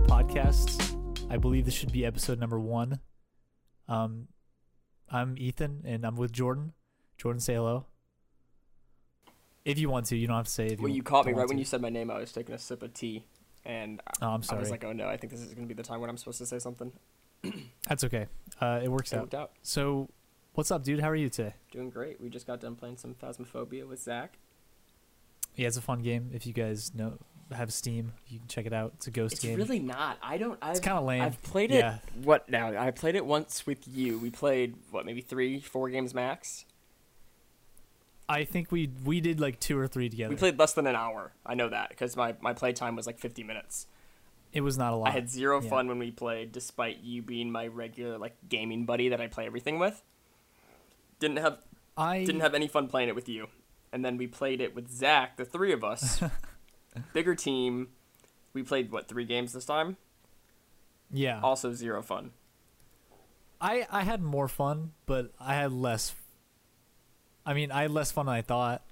podcasts. I believe this should be episode number one. Um, I'm Ethan, and I'm with Jordan. Jordan, say hello. If you want to, you don't have to say. If Well, you you caught me don't right want when to. you said my name. I was taking a sip of tea, and I- Oh, I'm I sorry. was like, "Oh no, I think this is going to be the time when I'm supposed to say something." That's okay. Uh, it works It out. worked out, So, what's up, dude? How are you today? doing great. We just got done playing some Phasmophobia with Zach. Yeah, it's a fun game. If you guys know have Steam, you can check it out. It's a ghost It's game. really not. I don't. I've, it's kind of lame. I've played it. yeah, What now? I played it once with you. We played what, maybe three, four games max. I think we we did like two or three together. We played less than an hour. I know that because my my play time was like 50 minutes. it was not a lot. I had zero yeah. fun when we played, despite you being my regular like gaming buddy that I play everything with. Didn't have I didn't have any fun playing it with you. And then we played it with Zach, the three of us. Bigger team. We played what, three games this time? yeah. Also zero fun. I I had more fun, but I had less. I mean, I had less fun than I thought.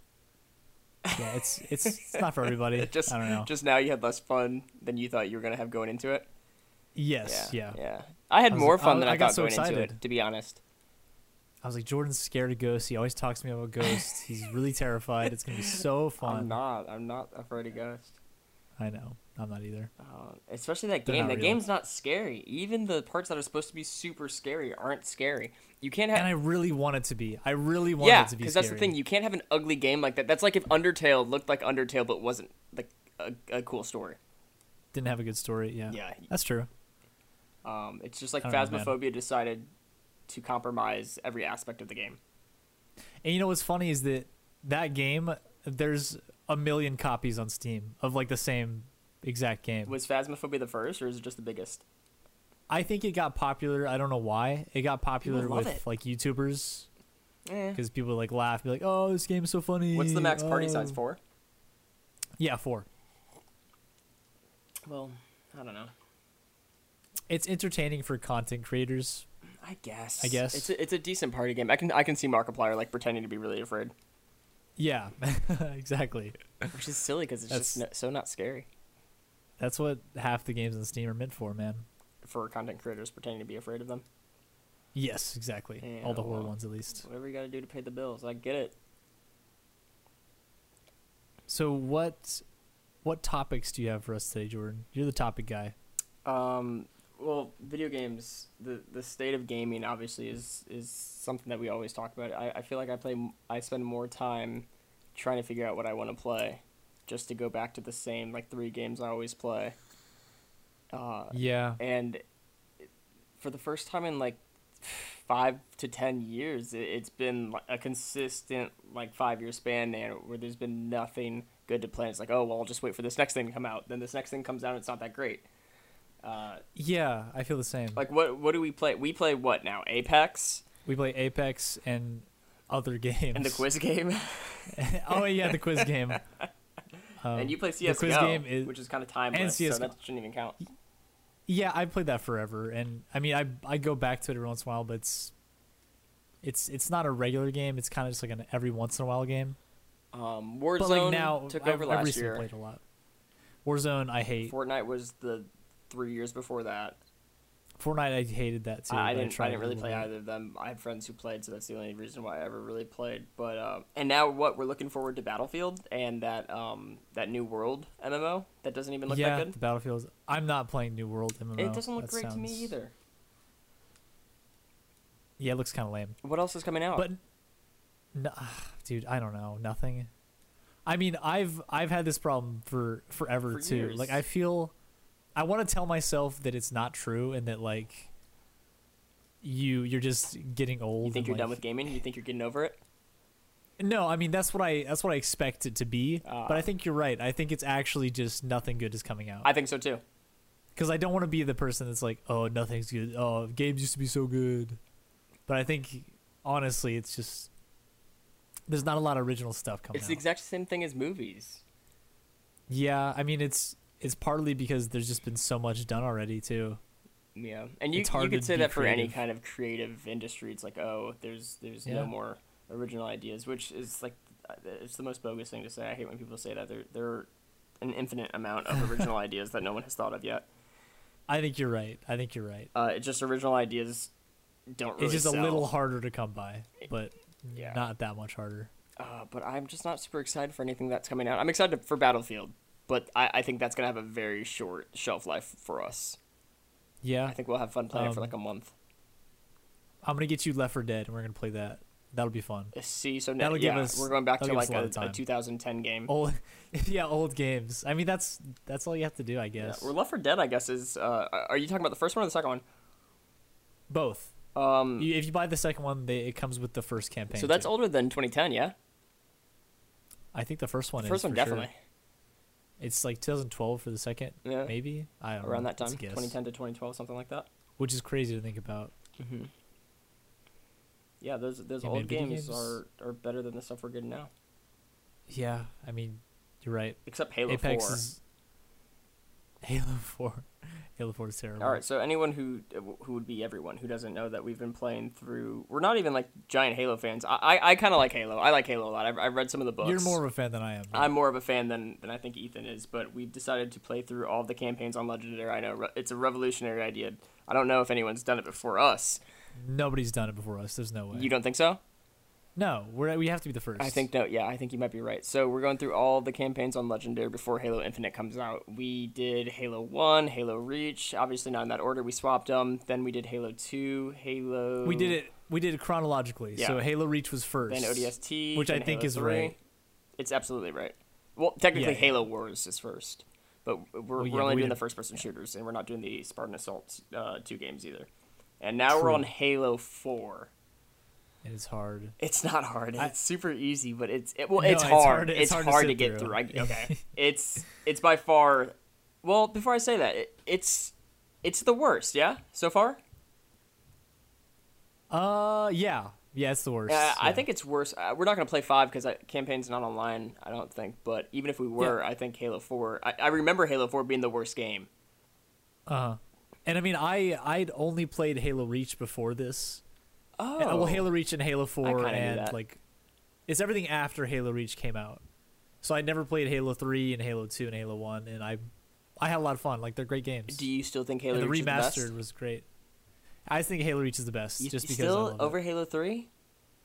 Yeah, it's it's, it's not for everybody. Just I don't know. just now you had less fun than you thought you were gonna have going into it. yes, yeah, Yeah. I had I was- more fun I- than I I, got thought so going into excited. it, to be honest. I was like, Jordan's scared of ghosts. He always talks to me about ghosts. He's really terrified. It's gonna be so I'm fun. not. I'm not afraid of ghosts. I know. I'm not either. Uh, especially that They're game. not That real. game's not scary. Even the parts that are supposed to be super scary aren't scary. You can't have And I really want it to be. I really want Yeah, it to be. because that's the scary. thing. You can't have an ugly game like that. That's like if Undertale looked like Undertale but wasn't like a, a cool story. Didn't have a good story. Yeah. Yeah. That's true. Um, it's just like I don't know, man. Phasmophobia decided to compromise every aspect of the game. And you know what's funny is that that game, there's a million copies on Steam of like the same exact game. Was Phasmophobia the first, or is it just the biggest? I think it got popular. I don't know why it got popular People love with it. like YouTubers Eh. because people like laugh, be like, "Oh, this game's so funny." What's the max party oh." size for? Yeah, four. Well, I don't know. It's entertaining for content creators. I guess. I guess. it's a, it's a decent party game. I can I can see Markiplier like pretending to be really afraid, Yeah, exactly. which is silly because it's just no, That's- so not scary That's what half the games on Steam are meant for, man. for content creators pretending to be afraid of them. Yes, exactly. Yeah, All the horror well. ones, at least. Whatever you got to do to pay the bills, I get it. So what? What topics do you have for us today, Jordan? You're the topic guy. Um, well, video games, the the state of gaming obviously is is something that we always talk about. I, I feel like I play m- I spend more time trying to figure out what I want to play just to go back to the same like three games I always play. Uh, Yeah, and for the first time in like 5 to 10 years, it, it's been like, a consistent like 5 year span there where there's been nothing good to play. It's like, "Oh, well, I'll just wait for this next thing to come out." Then this next thing comes out and it's not that great. Uh, yeah. I feel the same. like what what do we play? We play what now? Apex we play Apex and other games. and the quiz game, oh yeah, the quiz game. Um, and you play the CS:GO, quiz game is- which is kind of timeless, so CS:GO. that shouldn't even count. Yeah, I played that forever, and I mean, I I go back to it every once in a while, but it's it's it's not a regular game. It's kind of just like an every once in a while game. Um, But Warzone like now, took I, over I last recently year. played a lot. Warzone, I hate. Fortnite was the three years before that. Fortnite, I hated that too. I, I but didn't. I, tried didn't it a really little play bit. either of them. I had friends who played, so that's the only reason why I ever really played. But um, and now what we're looking forward to Battlefield and that um that new world MMO that doesn't even look yeah, that good. the Battlefields. I'm not playing New World MMO. It doesn't look That great to me sounds- either. Yeah, it looks kind of lame. What else is coming out? But, no, dude, I don't know. Nothing. I mean, I've I've had this problem for forever For too. years. Like, I feel, I want to tell myself that it's not true and that like, you you're just getting old. you think and, you're done like- with gaming? You think you're getting over it? No, I mean that's what I that's what I expect it to be. Ah. but I think you're right. I think it's actually just nothing good is coming out. I think so too. because I don't want to be the person that's like, oh, nothing's good. Oh, games used to be so good, but I think honestly, it's just there's not a lot of original stuff coming. It's the out. exact same thing as movies. yeah, I mean, it's it's partly because there's just been so much done already too. Yeah, and you It's hard you could to say be that for any creative. kind of creative industry. It's like, oh, there's there's Yeah. no more original ideas, which is like, uh, it's the most bogus thing to say. I hate when people say that. There there are an infinite amount of original ideas that no one has thought of yet. I think you're right. I think you're right. Uh, it's just original ideas don't really it's just sell. a little harder to come by, but Yeah. not that much harder. Uh, but I'm just not super excited for anything that's coming out. I'm excited for Battlefield, but I, I think that's gonna have a very short shelf life for us. Yeah, I think we'll have fun playing it for Um, like a month. I'm gonna get you Left 4 Dead, and we're gonna play that. That'll be fun. Uh, See, so now That'll yeah, give us- we're going back to that'll give like us a lot a, of time. a 2010 game. Old, yeah, old games. I mean, that's that's all you have to do, I Yeah, guess. Or Left 4 Dead, I guess is. Uh, are you talking about the first one or the second one? Both. Um, You, if you buy the second one, they, it comes with the first campaign. so that's too. older than 2010, yeah. I think the first one. The first is one for sure. definitely. It's like 2012 for the second, Yeah. maybe. I don't Around know. that time, It's a guess. 2010 to 2012, something like that. which is crazy to think about. Mm-hmm. Yeah, those those Yeah, man, old video games, games- are are better than the stuff we're getting now. Yeah, I mean, you're right. Except Halo Apex 4. is Halo Four. Halo Four is terrible. All right, so anyone who who would be everyone who doesn't know that we've been playing through, we're not even like giant Halo fans. I I, I kind of like Halo. I like Halo a lot. I've, I've read some of the books. you're more of a fan than I am. I'm more of a fan than, than I think Ethan is, but we've decided to play through all the campaigns on Legendary. I know re- it's a revolutionary idea. I don't know if anyone's done it before us. Nobody's done it before us. There's no way. You don't think so? no, we're, we have to be the first. I think no. Yeah, I think you might be right. So we're going through all the campaigns on Legendary before Halo Infinite comes out. We did Halo One, Halo Reach. Obviously not in that order. We swapped them. Then we did Halo Two, Halo. we did it. We did it chronologically. So Yeah. Halo Reach was first. Then ODST, which I then think Halo is 3. right. It's absolutely right. Well, technically, Yeah, yeah. Halo Wars is first, but we're, Well, yeah, but we we're only doing the didn't- first-person shooters, and we're not doing the Spartan Assault uh, two games either. And now we're True. on Halo Four. And it's hard. It's not hard. It's I- super easy, but it's it, well, No, it's, it's hard. hard- It's, it's hard, hard to to, sit get through. through. I, okay, it's it's by far. Well, before I say that, it, it's it's the worst. Yeah, so far. Uh, yeah, yeah, it's the worst. Uh, I yeah. think it's worse. Uh, we're not going to play five because campaign's not online. I don't think. But even if we were, I think Halo Four. I, I remember Halo Four being the worst game. Uh-huh. And I mean, I I'd only played Halo Reach before this. Oh, And- well, Halo Reach and Halo Four kinda knew and that. like, it's everything after Halo Reach came out. So I never played Halo Three and Halo Two and Halo One, and I I had a lot of fun. Like they're great games. Do you still think Halo and the Reach remastered is the best? was great. I just think Halo Reach is the best, You, just you because I still love over it. Halo Three?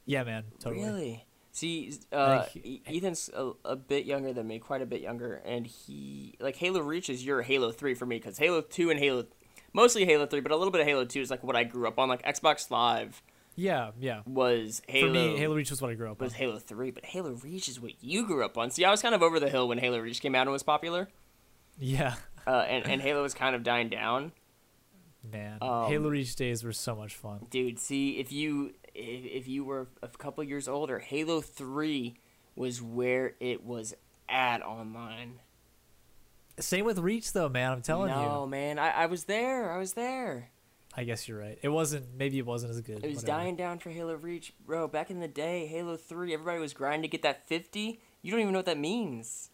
Yeah, man, totally. Really? See, uh, think E- he- Ethan's a, a bit younger than me, quite a bit younger, and he like Halo Reach is your Halo Three for me because Halo Two and Halo, mostly Halo Three, but a little bit of Halo Two is like what I grew up on. Like Xbox Live Yeah, yeah. was Halo. For me, Halo Reach was what I grew up was with. Halo 3, but Halo Reach is what you grew up on. See, I was kind of over the hill when Halo Reach came out and was popular, Yeah, uh, and, and Halo was kind of dying down. man. Um, Halo Reach days were so much fun. Dude, see, if you if, if you were a couple years older, Halo 3 was where it was at online. Same with Reach, though, man. I'm telling no, you. man, I, I was there. I was there. I guess you're right. It wasn't. Maybe it wasn't as good. It was whatever. dying down for Halo Reach. Bro, back in the day, Halo 3, everybody was grinding to get that 50. You don't even know what that means.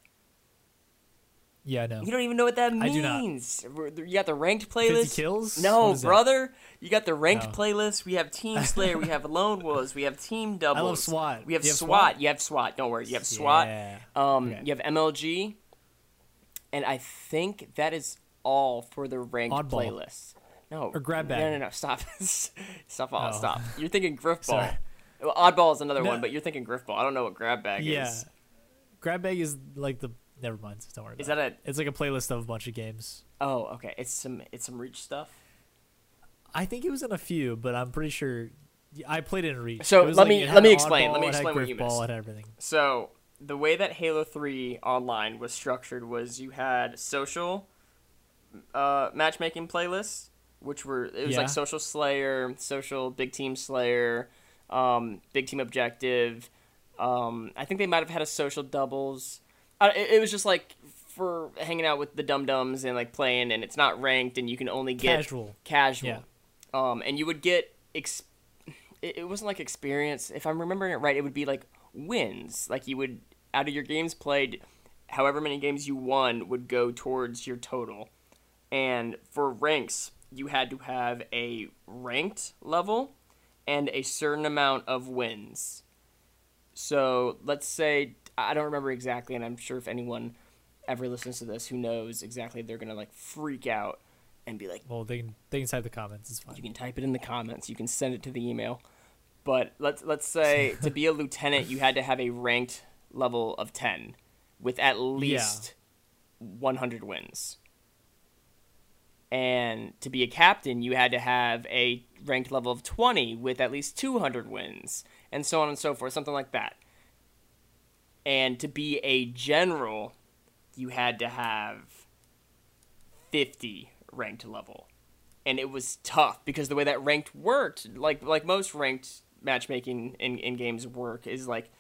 Yeah, I know. You don't even know what that I do not. means. We're- You got the ranked 50 playlist. kills? What No, is that? brother. You got the ranked No. playlist. We have Team Slayer. we have Lone Wolves. We have Team Doubles. SWAT. We have, You have SWAT. SWAT? You have SWAT. Don't worry. You have SWAT. Yeah. Um, Okay. You have MLG. And I think that is all for the ranked Oddball. playlist. No. Or grab No, bag. no, no. Stop. stop. All, Oh. Stop. You're thinking Griff Ball. Sorry. Well, oddball is another No. one, but you're thinking Griff Ball. I don't know what grab bag Yeah. is. Grab bag is like the. Never mind. Don't worry. About Is that a? it. It's like a playlist of a bunch of games. Oh, okay. It's some. It's some Reach stuff. I think it was in a few, but I'm pretty sure I played it in Reach. So It was let like- me- it let had me oddball, explain. Let me it had explain what you griffball, missed. it had everything. So the way that Halo Three Online was structured was you had social uh, matchmaking playlists, which were it was Yeah. like Social Slayer, Social Big Team Slayer, um, Big Team Objective. Um, I think they might have had a Social Doubles. Uh, it, it was just like for hanging out with the Dum Dums and like playing, and it's not ranked, and you can only get Casual. casual. Yeah. Um, and you would get ex- it, it wasn't like experience. If I'm remembering it right, it would be like wins. Like you would out of your games played, however many games you won would go towards your total. And for ranks, you had to have a ranked level and a certain amount of wins. So let's say I don't remember exactly, and I'm sure if anyone ever listens to this who knows exactly, they're gonna like freak out. and be like, Well, they can they can type the comments. It's you fine. can type it in the comments, you can send it to the email. But let's let's say to be a lieutenant, you had to have a ranked level of ten, with at least one hundred wins. And to be a captain, you had to have a ranked level of twenty with at least two hundred wins, and so on and so forth, something like that. And to be a general, you had to have 50 ranked level. And it was tough because the way that ranked worked, like like most ranked matchmaking in, in games work, is like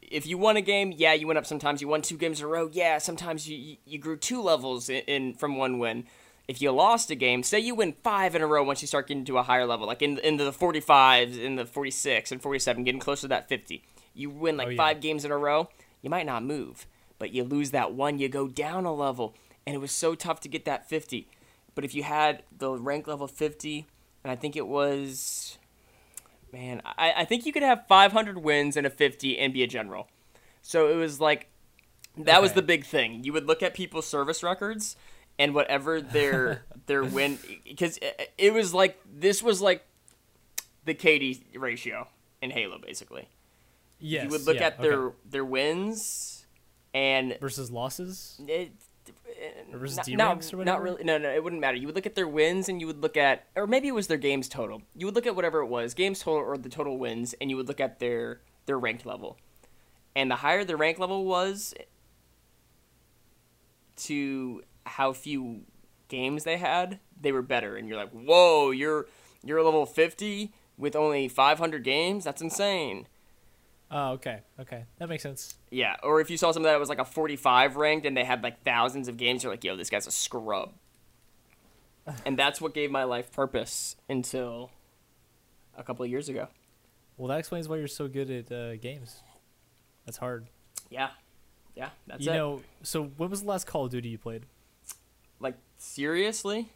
if you won a game, yeah, you went up sometimes. You won two games in a row, yeah, sometimes you, you, you grew two levels in, in from one win. If you lost a game, say you win five in a row once you start getting to a higher level, like in, in the 45s, in the 46 and 47, getting closer to that 50. You win like Oh, yeah. five games in a row, you might not move, but you lose that one, you go down a level. And it was so tough to get that 50. But if you had the rank level 50, and I think it was man, I, I think you could have 500 wins and a 50 and be a general. So it was like, that was Okay. the big thing. You would look at people's service records and whatever their their win, because it, it was like this was like the KD ratio in Halo, basically. Yes, you would look yeah, at their okay. their wins and versus losses. it, Or versus not, D not, ranks or not whatever? really. No, no, it wouldn't matter. You would look at their wins, and you would look at, or maybe it was their games total. You would look at whatever it was, games total or the total wins, and you would look at their their ranked level. And the higher the rank level was, to how few games they had, they were better. And you're like, whoa, you're you're level fifty with only five hundred games. That's insane. Oh, okay, okay, that makes sense. Yeah, or if you saw something that was like a 45 ranked and they had like thousands of games, you're like, yo, this guy's a scrub. and that's what gave my life purpose until a couple of years ago. Well, that explains why you're so good at uh, games. That's hard. Yeah, yeah, that's you it. know. So, when was the last Call of Duty you played? like seriously,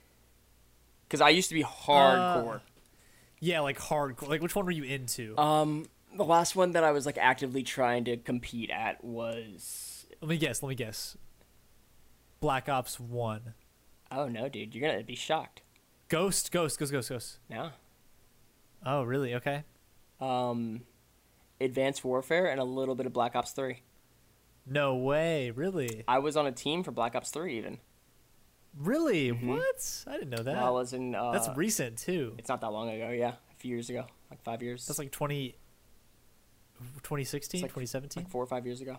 because I used to be hardcore. Yeah, like hardcore. Like, which one were you into? um, the last one that I was like actively trying to compete at was let me guess. Let me guess. Black Ops One. oh no, dude, you're gonna be shocked. Ghost. Ghost. Ghost. Ghost. Ghost. No, Oh, really? Okay. um, Advanced Warfare and a little bit of Black Ops Three. No way. Really. I was on a team for Black Ops Three even. Really? What? I didn't know that. Mm-hmm. Well, I was in. Uh, That's recent too. it's not that long ago. Yeah, a few years ago, like five years. That's like 20, 2016, It's like- 2017, like four or five years ago.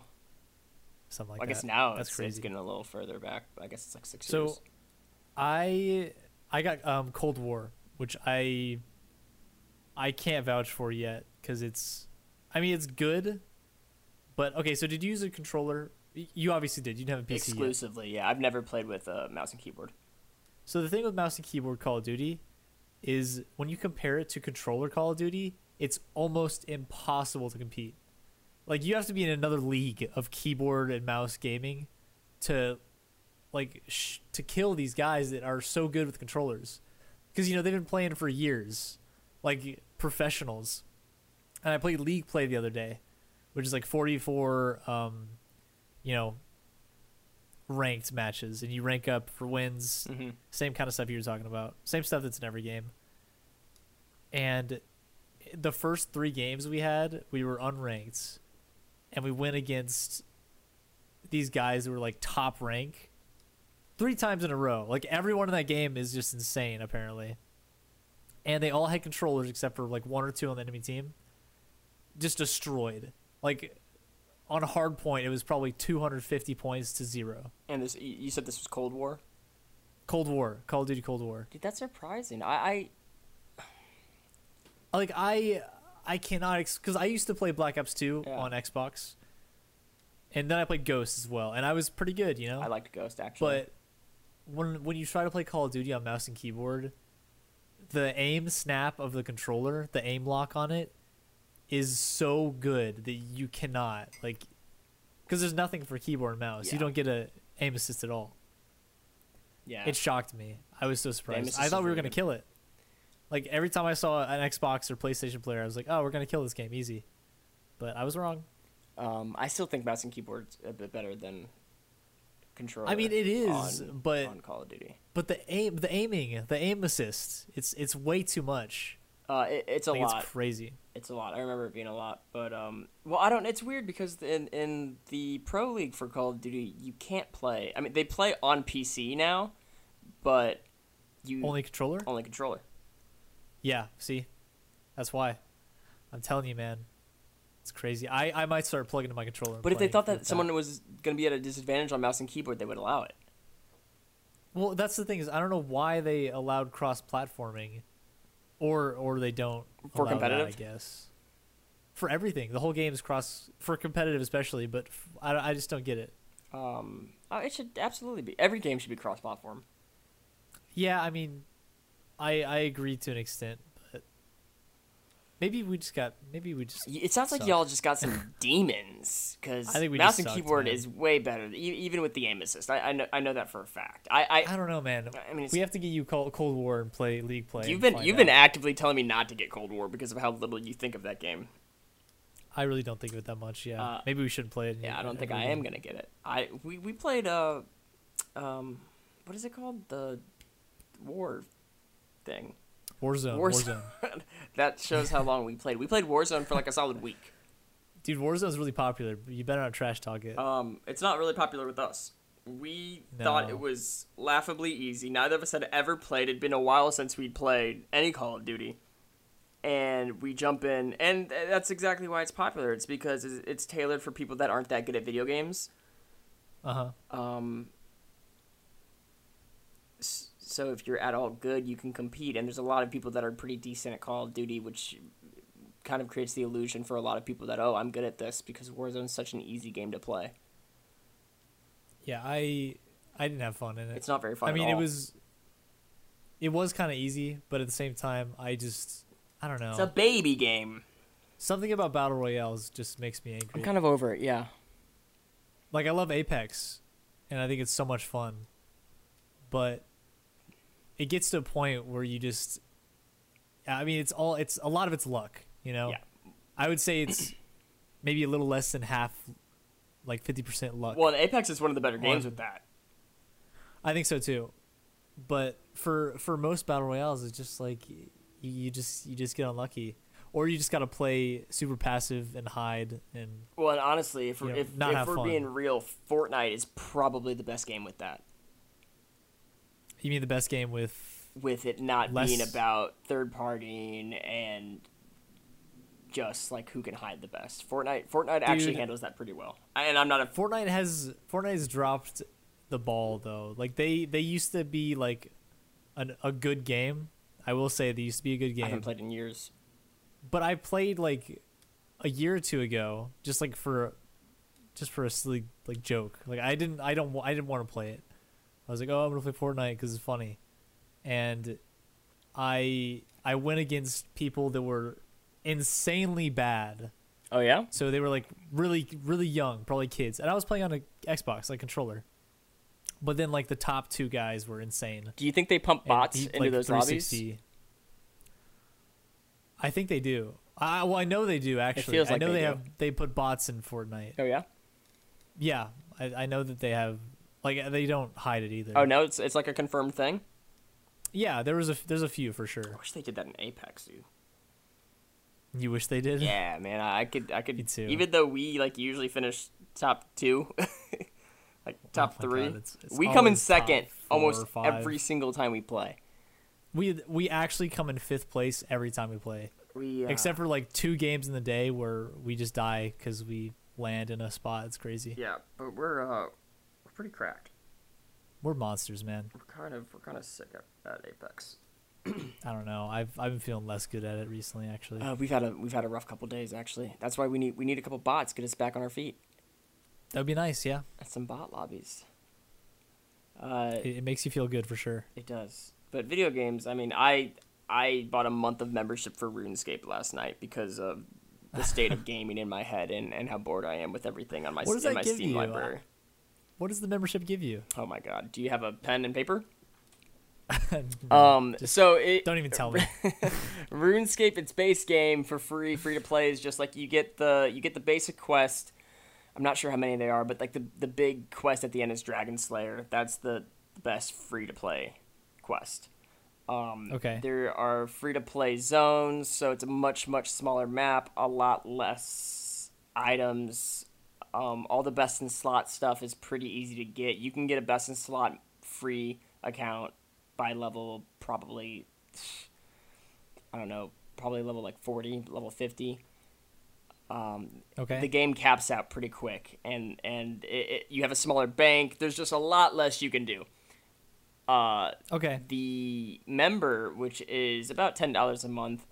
something like I that. guess now That's it's, crazy. it's getting a little further back. But I guess it's like six So- years. I I got um Cold War, which I I can't vouch for yet because it's I mean it's good, but okay. So did you use a controller? Y- You obviously did. You didn't have a PC. yet. Exclusively, yeah. I've never played with a mouse and keyboard. So the thing with mouse and keyboard Call of Duty is when you compare it to controller Call of Duty, it's almost impossible to compete. Like you have to be in another league of keyboard and mouse gaming to like sh- to kill these guys that are so good with controllers. Cuz you know they've been playing for years, like professionals. And I played league play the other day, which is like 44 um you know ranked matches and you rank up for wins Mm-hmm. same kind of stuff you were talking about same stuff that's in every game and the first three games we had we were unranked and we went against these guys who were like top rank three times in a row like everyone in that game is just insane apparently and they all had controllers except for like one or two on the enemy team just destroyed like on hard point it was probably 250 points to zero And this, you you said this was Cold War, cold war call of duty cold war dude. That's surprising. I, I like I I cannot because I used to play Black Ops Two Yeah. on Xbox, and then I played Ghost as well, and I was pretty good, you know. I liked Ghost actually. but when when you try to play Call of Duty on mouse and keyboard, the aim snap of the controller, the aim lock on it, is so good that you cannot like, because there's nothing for keyboard and mouse. You Yeah. don't get a aim assist at all. yeah, It shocked me. I was so surprised. assist I is thought we were gonna really good. kill it. Like every time I saw an Xbox or PlayStation player, I was like, "Oh, we're gonna kill this game easy," but I was wrong. um, I still think mouse and keyboard's a bit better than controller. I mean, it is, on- but on Call of Duty, but the aim, the aiming, the aim assist, it's it's way too much. uh, it, it's a I think lot. it's crazy. it's a lot. I remember it being a lot, but um, well, I don't. It's weird because in in the pro league for Call of Duty, you can't play. I mean, they play on PC now, but you Only controller? only controller. Yeah, see, that's why. I'm telling you, man, it's crazy. I I might start plugging in my controller. and But if they playing thought with that someone was going to be at a disadvantage on mouse and keyboard, they would allow it. well, that's the thing is, I don't know why they allowed cross-platforming, or or they don't For allow that, competitive? I guess. For everything, the whole game is cross for competitive, especially. But f- I, I just don't get it. Um, uh, it should absolutely be. Every game should be cross-platform. Yeah, I mean, I I agree to an extent, but maybe we just got maybe we just Y- It sounds like Suck. y'all just got some demons because I think we mouse just and sucked, keyboard man. is way better, e- even with the aim assist. I, I know I know that for a fact. I, I I don't know, man. I mean, it's- we have to get you Col- Cold War and play League play. You've and been find you've out. been actively telling me not to get Cold War because of how little you think of that game. I really don't think of it that much. Yeah, Uh, maybe we shouldn't play it. in Yeah, I don't think I every am game. gonna get it. I we, we played uh, um, what is it called the war thing? Warzone. Warzone. Warzone. that shows how long we played. We played Warzone for like a solid week. Dude, Warzone's really popular. But you better not trash talk it. Um, it's not really popular with us. We thought No. it was laughably easy. Neither of us had ever played. It'd been a while since we'd played any Call of Duty, and we jump in, and th- that's exactly why it's popular. It's because it's it's tailored for people that aren't that good at video games. Uh huh. Um, s- so if you're at all good, you can compete, and there's a lot of people that are pretty decent at Call of Duty, which kind of creates the illusion for a lot of people that oh, I'm good at this because Warzone's such an easy game to play. Yeah, I I didn't have fun in it. It's not very fun. I at mean, it all. was it was kind of easy, but at the same time, I just I don't know. It's a baby game. Something about battle royales just makes me angry. I'm kind of over it. Yeah. like I love Apex, and I think it's so much fun, but it gets to a point where you just, I mean, it's all it's a lot of it's luck, you know. Yeah. I would say it's maybe a little less than half, like fifty percent luck. Well, and Apex is one of the better games One. with that. I think so too, but for for most battle royales, it's just like you, you just you just get unlucky, or you just gotta play super passive and hide and Well, and honestly, if we're, Yeah, if, not if have we're fun. being real, Fortnite is probably the best game with that. you mean the best game with With it not being Less- about third partying and just like who can hide the best. Fortnite Fortnite actually Dude. handles that pretty well. I- And I'm not a Fortnite has Fortnite has dropped the ball though. Like they they used to be like an, a good game. I will say they used to be a good I haven't game. played in years. but I played like a year or two ago, just like for just for a silly like joke. Like I didn't I don't wa- I didn't want to play it. I was like, oh, I'm gonna play Fortnite because it's funny, and I I went against people that were insanely bad. Oh yeah. So they were like really, really young, probably kids. And I was playing on a Xbox, like controller. But then like the top two guys were insane. Do you think they pump and bots beat, into like, those lobbies? 360. I think they do. I well, I know they do actually. feels I like know they they, do. have they put bots in Fortnite. Oh yeah. Yeah, I, I know that they have. Like they don't hide it either. Oh no, it's it's like a confirmed thing. Yeah, there was a there's a few for I sure. wish they did that in Apex, dude. You wish they did. Yeah, man, I I could, I Me could. too. Even though we like usually finish top two, like top Oh my God, three, it's- it's we come in always top second four almost or five. every single time we play. We we actually come in fifth place every time we play. We uh, except for like two games in the day where we just die because we land in a spot. It's crazy. yeah, but we're uh, we're pretty cracked. We're monsters, man. We're kind of we're kind of sick at, at Apex. I don't know. I've I've been feeling less good at it recently, actually. Uh, we've had a we've had a rough couple days actually. That's why we need we need a couple bots get us back on our feet. That'd be nice. Yeah, That's some bot lobbies. Uh, it, it makes you feel good for sure. It does. But video games, I mean, I I bought a month of membership for RuneScape last night because of the state of gaming in my head and, and how bored I am with everything on my What does in that my give Steam you? library. What does the membership give you? Oh my god. Do you have a pen and paper? No, Um Mm-hmm. just so it don't even tell me. RuneScape, its base game for free, free to play is just like you get the you get the basic quest. I'm not sure how many they are, but like the the big quest at the end is Dragon Slayer. That's the best free to play quest. Um, Okay. There are free to play zones, so it's a much much smaller map, a lot less items. Um, all the best in slot stuff is pretty easy to get. You can get a best in slot free account by level probably I don't know, probably level like 40, level 50. Okay. The game caps out pretty quick, and and it, it, you have a smaller bank. There's just a lot less you can do. Uh, okay. the member, which is about ten dollars a month,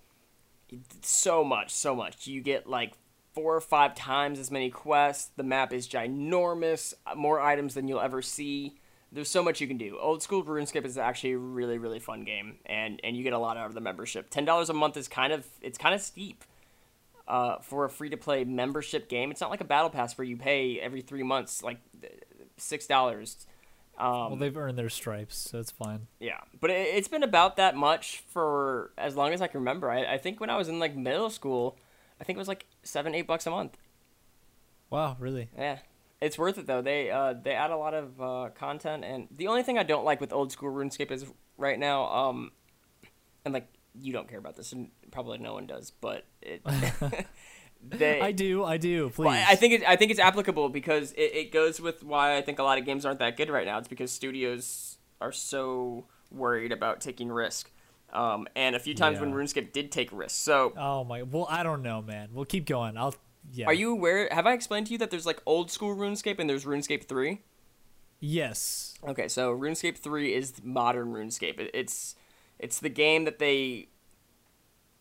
it's so much, so much. You get like four or five times as many quests. The map is ginormous, more items than you'll ever see. There's so much you can do. Old school RuneScape is actually a really, really fun game, and and you get a lot out of the membership. Ten dollars a month is kind of it's kind of steep. Uh, for a free to play membership game, it's not like a battle pass where you pay every three months like six dollars. Um, Well, they've earned their stripes, so it's fine. yeah, but it, it's been about that much for as long as I can remember. I, I think when I was in like middle school, I think it was like seven, eight bucks a month. Wow, really? Yeah, it's worth it though. They uh, they add a lot of uh, content, and the only thing I don't like with old school RuneScape is right now, um, and like you don't care about this, and probably no one does, but it. they, I do, I do. Please. Well, I- I think it, I think it's applicable because it, it goes with why I think a lot of games aren't that good right now. It's because studios are so worried about taking risk. Um, and a few times when Yeah. RuneScape did take risks. So, Oh my. Well, I don't know, man. We'll keep going. I'll. Yeah. are you aware? Have I explained to you that there's like old school RuneScape and there's RuneScape three? Yes. Okay, so RuneScape 3 is the modern RuneScape. It, it's it's the game that they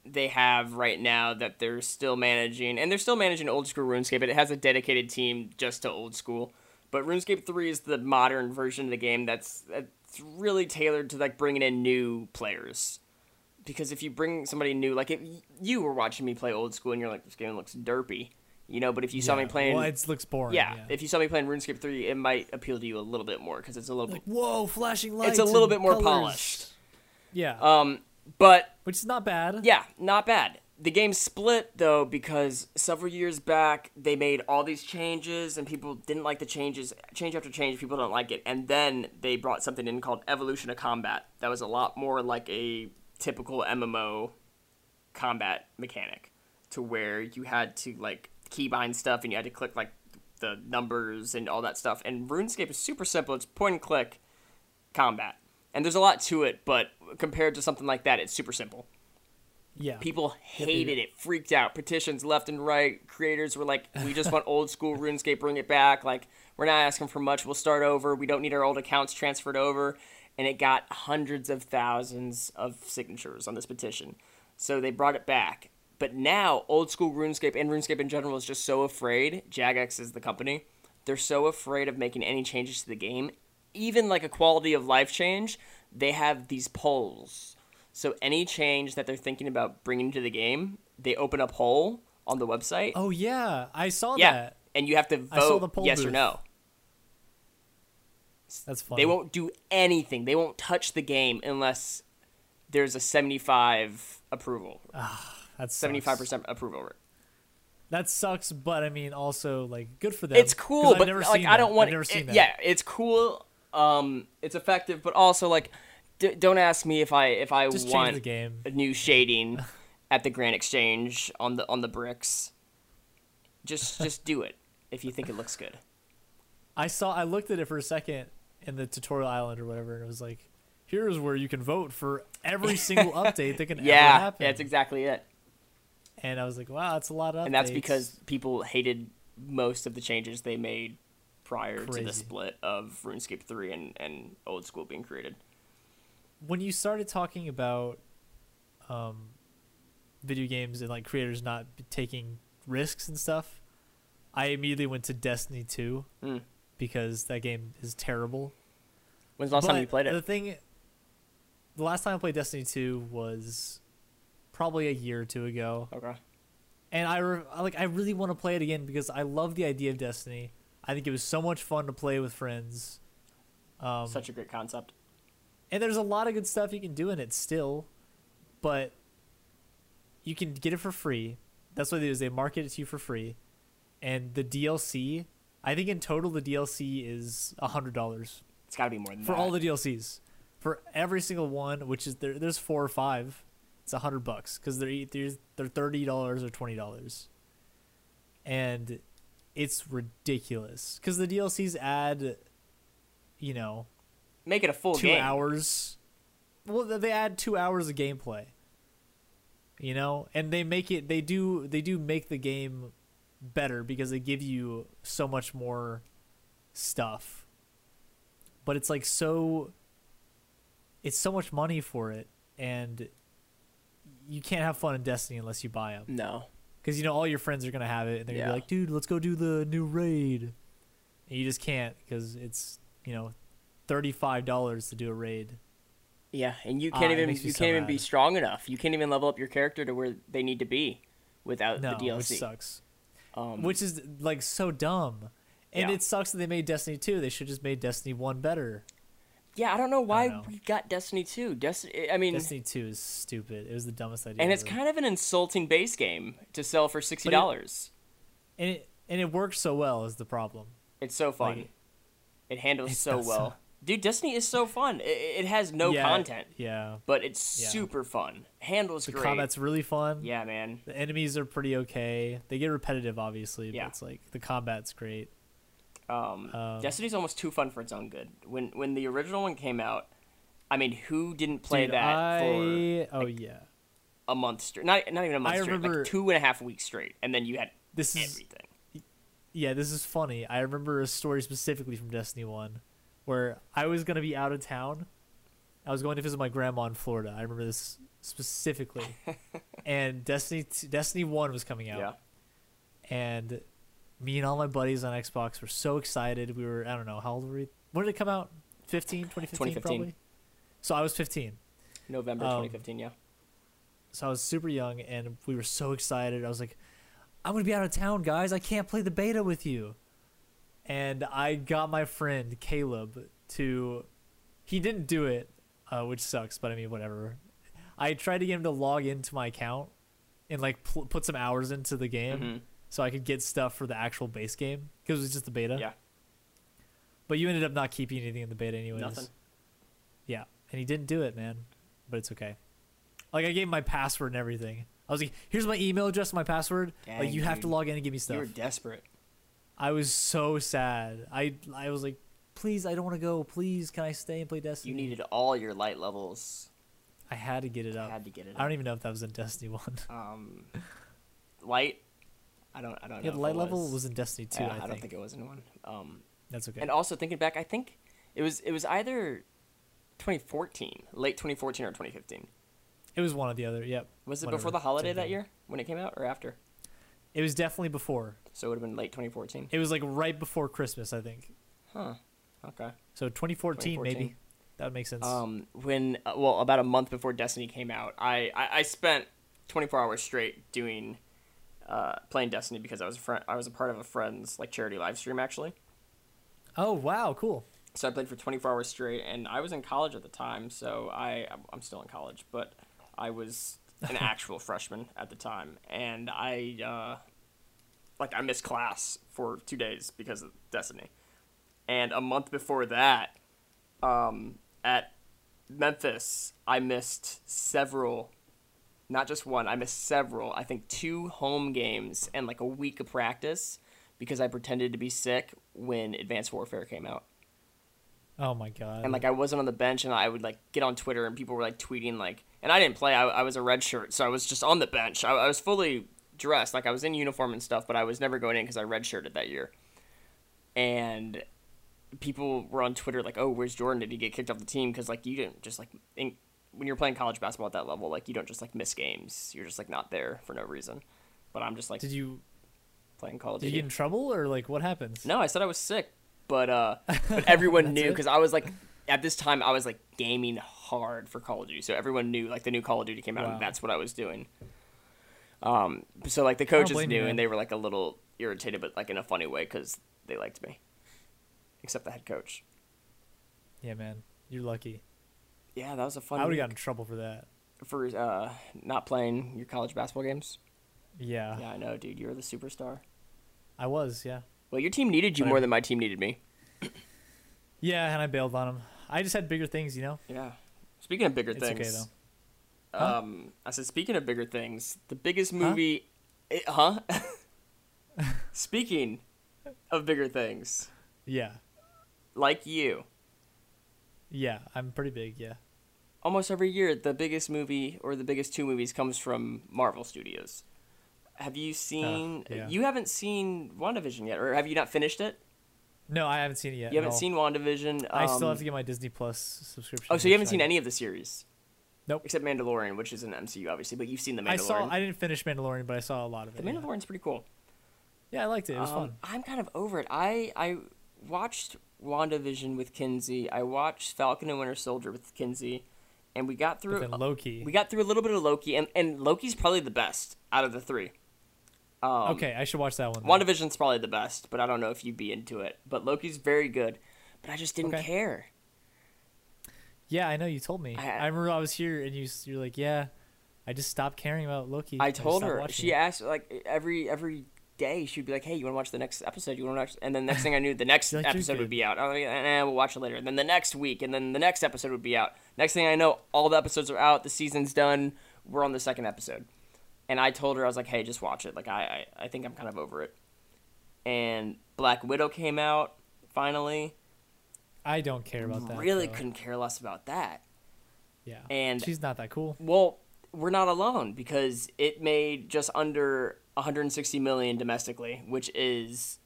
they have right now that they're still managing and they're still managing old school RuneScape. It has a dedicated team just to old school. But RuneScape 3 is the modern version of the game that's that's really tailored to like bringing in new players. Because if you bring somebody new, like if y- you were watching me play old school and you're like this game looks derpy, you know, but if you saw me Yeah. playing Well, it looks boring. yeah, Yeah. if you saw me playing RuneScape 3, it might appeal to you a little bit more because it's a little bit Whoa, flashing lights. it's a little and bit more colors. polished. Yeah. Um, but Which is not bad. yeah, not bad. The game split though because several years back they made all these changes and people didn't like the changes, change after change, people don't like it. And then they brought something in called Evolution of Combat that was a lot more like a typical MMO combat mechanic to where you had to like keybind stuff and you had to click like the numbers and all that stuff. And RuneScape is super simple. It's point and click combat. And there's a lot to it, but compared to something like that, it's super simple. Yeah. People hated it, freaked out. Petitions left and right. Creators were like, "We just want old school RuneScape. Bring it back. Like, we're not asking for much. We'll start over. We don't need our old accounts transferred over." And it got hundreds of thousands of signatures on this petition, so they brought it back. But now, old school RuneScape and RuneScape in general is just so afraid. Jagex is the company. They're so afraid of making any changes to the game, even like a quality of life change. They have these polls so any change that they're thinking about bringing to the game, they open a poll on the website. Oh yeah, I saw yeah, that. and you have to I saw the vote poll yes booth. or no. That's funny. They won't do anything. They won't touch the game unless there's a 75 approval, Ah, That's 75% approval rate. That sucks, but I mean, also like good for them. It's 'cause cool, I've but never like seen I don't that. want. I've never it- seen that. Yeah, it's cool. Um, it's effective, but also like, d- don't ask me if I if I Just change want the game. a new shading at the Grand Exchange on the on the bricks. Just just do it if you think it looks good. I saw. I looked at it for a second in the tutorial island or whatever, and it was like, here's where you can vote for every single update that can ever Yeah, happen. that's exactly it, and I was like, wow, that's a lot of. and that's updates. because people hated most of the changes they made prior to Crazy. the split of RuneScape three and and old school being created. when you started talking about um, video games and like creators not b- taking risks and stuff, I immediately went to Destiny 2 Mm. because that game is terrible. When's the last time But you played The it? thing, the last time I played Destiny 2 was probably a year or two ago, Okay. and I re- I, like I really want to play it again because I love the idea of Destiny. I think it was so much fun to play with friends. Um, Such a great concept. and there's a lot of good stuff you can do in it still, but you can get it for free. That's what they do is they market it to you for free, and the DLC I think in total the DLC is hundred dollars It's got to be more than for that. all the DLCs. For every single one, which is there, there's four or five. It's a hundred bucks because they're e- they're they're thirty dollars or twenty dollars, and it's ridiculous because the DLCs add, you know, make it a full two game. hours. Well, th- they add two hours of gameplay. You know, and they make it. They do. They do make the game better because they give you so much more stuff. But it's like so. It's so much money for it, and you can't have fun in Destiny unless you buy them. No, Because you know all your friends are gonna have it, and they're gonna Yeah. be like, "Dude, let's go do the new raid," and you just can't because it's you know thirty five dollars to do a raid. yeah, and you Ah, can't it even you makes me can't so even mad. be strong enough. You can't even level up your character to where they need to be without No, the DLC. which sucks. Um, Which is like so dumb, and Yeah. it sucks that they made Destiny two. They should just made Destiny one better. yeah, I don't know why know. we got Destiny two. Destiny, I mean, Destiny two is stupid. It was the dumbest idea. and it's ever. kind of an insulting base game to sell for sixty dollars. and it and it works so well is the problem. It's so fun. Like- it handles It's so not so- well. Dude, Destiny is so fun. It, it has no Yeah, content, Yeah, but it's Yeah. super fun. Handles the great. combat's really fun. Yeah, man. The enemies are pretty okay. They get repetitive, obviously, Yeah. but it's like the combat's great. Um, Um, Destiny's almost too fun for its own good. When when the original one came out, I mean, who didn't play Dude, that for I, oh yeah a month straight? Not not even a month I straight. remember- like two and a half weeks straight, and then you had this is everything. yeah this is funny i remember a story specifically from destiny 1 where i was going to be out of town i was going to visit my grandma in florida i remember this specifically and destiny t- destiny 1 was coming out Yeah. and me and all my buddies on xbox were so excited we were i don't know how old were we when did it come out 15 2015, 2015. probably so i was 15 November Um, 2015. Yeah. so I was super young and we were so excited. I was like, I'm gonna be out of town, guys. I can't play the beta with you. And I got my friend Caleb to he didn't do it, uh, which sucks, but I mean whatever. I tried to get him to log into my account and like pl- put some hours into the game Mhm. so I could get stuff for the actual base game because it was just the beta. Yeah. But you ended up not keeping anything in the beta anyways. Nothing. Yeah, and he didn't do it, man. But it's okay. Like I gave him my password and everything. I was like, "Here's my email address, and my password. Dang, like you have to dude. log in and give me You were stuff." desperate. I was so sad. I I was like, "Please, I don't want to go. Please, can I stay and play Destiny?" You needed all your light levels. I had to get it up. Had to get it. Oh. I Up. don't even know if that was in Destiny one. Um, light. I don't. I don't know. yeah, if the it light level was. was in Destiny two. Yeah, I, I, think. don't think it was in one. Um, That's okay. And also thinking back, I think it was it was either 2014, late 2014 or 2015. it was one or the other. Yep. Was it Whatever, before the holiday same that thing. year when it came out, or after? It was definitely before. So it would have been late 2014. It was like right before Christmas, I think. Huh. Okay. So 2014, 2014. maybe. That would make sense. Um, when uh, well, about a month before Destiny came out, I I, I spent 24 hours straight doing. Uh, playing Destiny because I was a friend. I was a part of a friend's like charity live stream actually. oh wow, cool. so I played for 24 hours straight, and I was in college at the time, so I I'm still in college, but I was an actual freshman at the time, and I uh, like I missed class for two days because of Destiny, and a month before that, um, at Memphis, I missed several, not just one. I missed several. I think two home games and like a week of practice because I pretended to be sick when Advanced Warfare came out Oh my god. and like I wasn't on the bench, and I would like get on Twitter, and people were like tweeting like, and I didn't play. I, I was a red shirt, so I was just on the bench. I, I was fully dressed, like I was in uniform and stuff, but I was never going in because I red shirted that year. And people were on Twitter like, "Oh, where's Jordan? Did he get kicked off the team?" Because like you didn't just like in, when you're playing college basketball at that level, like you don't just like miss games. You're just like not there for no reason. But I'm just like did you playing Call of Did you Duty. get in trouble or like what happens? No, I said I was sick, but uh, but everyone knew it? because I was like, at this time I was like gaming hard for Call of Duty, so everyone knew like the new Call of Duty came out, Wow. and that's what I was doing. Um, so like the don't coaches blame you, knew, man. and they were like a little irritated, but like in a funny way because they liked me, except the head coach. Yeah, man, you're lucky. Yeah, that was a fun. I would have week gotten in trouble for that. for uh, not playing your college basketball games. Yeah, Yeah, I know, dude. You're the superstar. I was. Yeah, Well, your team needed you more than my team needed me. Yeah, and I bailed on him. I just had bigger things, you know. Yeah. Speaking of bigger It's okay, things, though. Huh? um, I said speaking of bigger things, the biggest movie, eh, huh? speaking of bigger things, Yeah, like you, yeah, I'm pretty big. Yeah, almost every year the biggest movie or the biggest two movies comes from Marvel Studios. Have you seen? Uh, yeah. You haven't seen WandaVision yet, or have you not finished it? no, I haven't seen it yet. You at haven't all. seen WandaVision. Um, I still have to get my Disney Plus subscription. Oh, so you haven't which seen I- any of the series? Nope. Except Mandalorian, which is an MCU, obviously, but you've seen the Mandalorian. I saw. I didn't finish Mandalorian, but I saw a lot of the it. yeah. Mandalorian's pretty cool. Yeah, I liked it. It was Um, fun. I'm kind of over it. I I watched WandaVision with Kinsey. I watched Falcon and Winter Soldier with Kinsey, and we got But through then Loki. we got through a little bit of Loki, and and Loki's probably the best out of the three. Um, okay, I should watch that one. then. WandaVision's probably the best, but I don't know if you'd be into it. But Loki's very good, but I just didn't Okay. care. Yeah, I know you told me. I- I, remember I was here and you s- you're like, yeah, I just stopped caring about Loki. I just told stopped her. watching She it." asked like e, every every day. She'd be like, "Hey, you want to watch the next episode? You want to watch?" And then next thing I knew, the next You're like, "You're episode would good." be out. I'm like, eh, we'll watch it later. And then the next week, and then the next episode would be out. Next thing I know, all the episodes are out. The season's done. We're on the second episode. And I told her, I was like, "Hey, just watch it. Like, I I, I think I'm kind of over it." And Black Widow came out finally. I don't care about that. really though. couldn't care less about that. Yeah. and- she's not that cool. Well, we're not alone because it made just under 160 million domestically, which is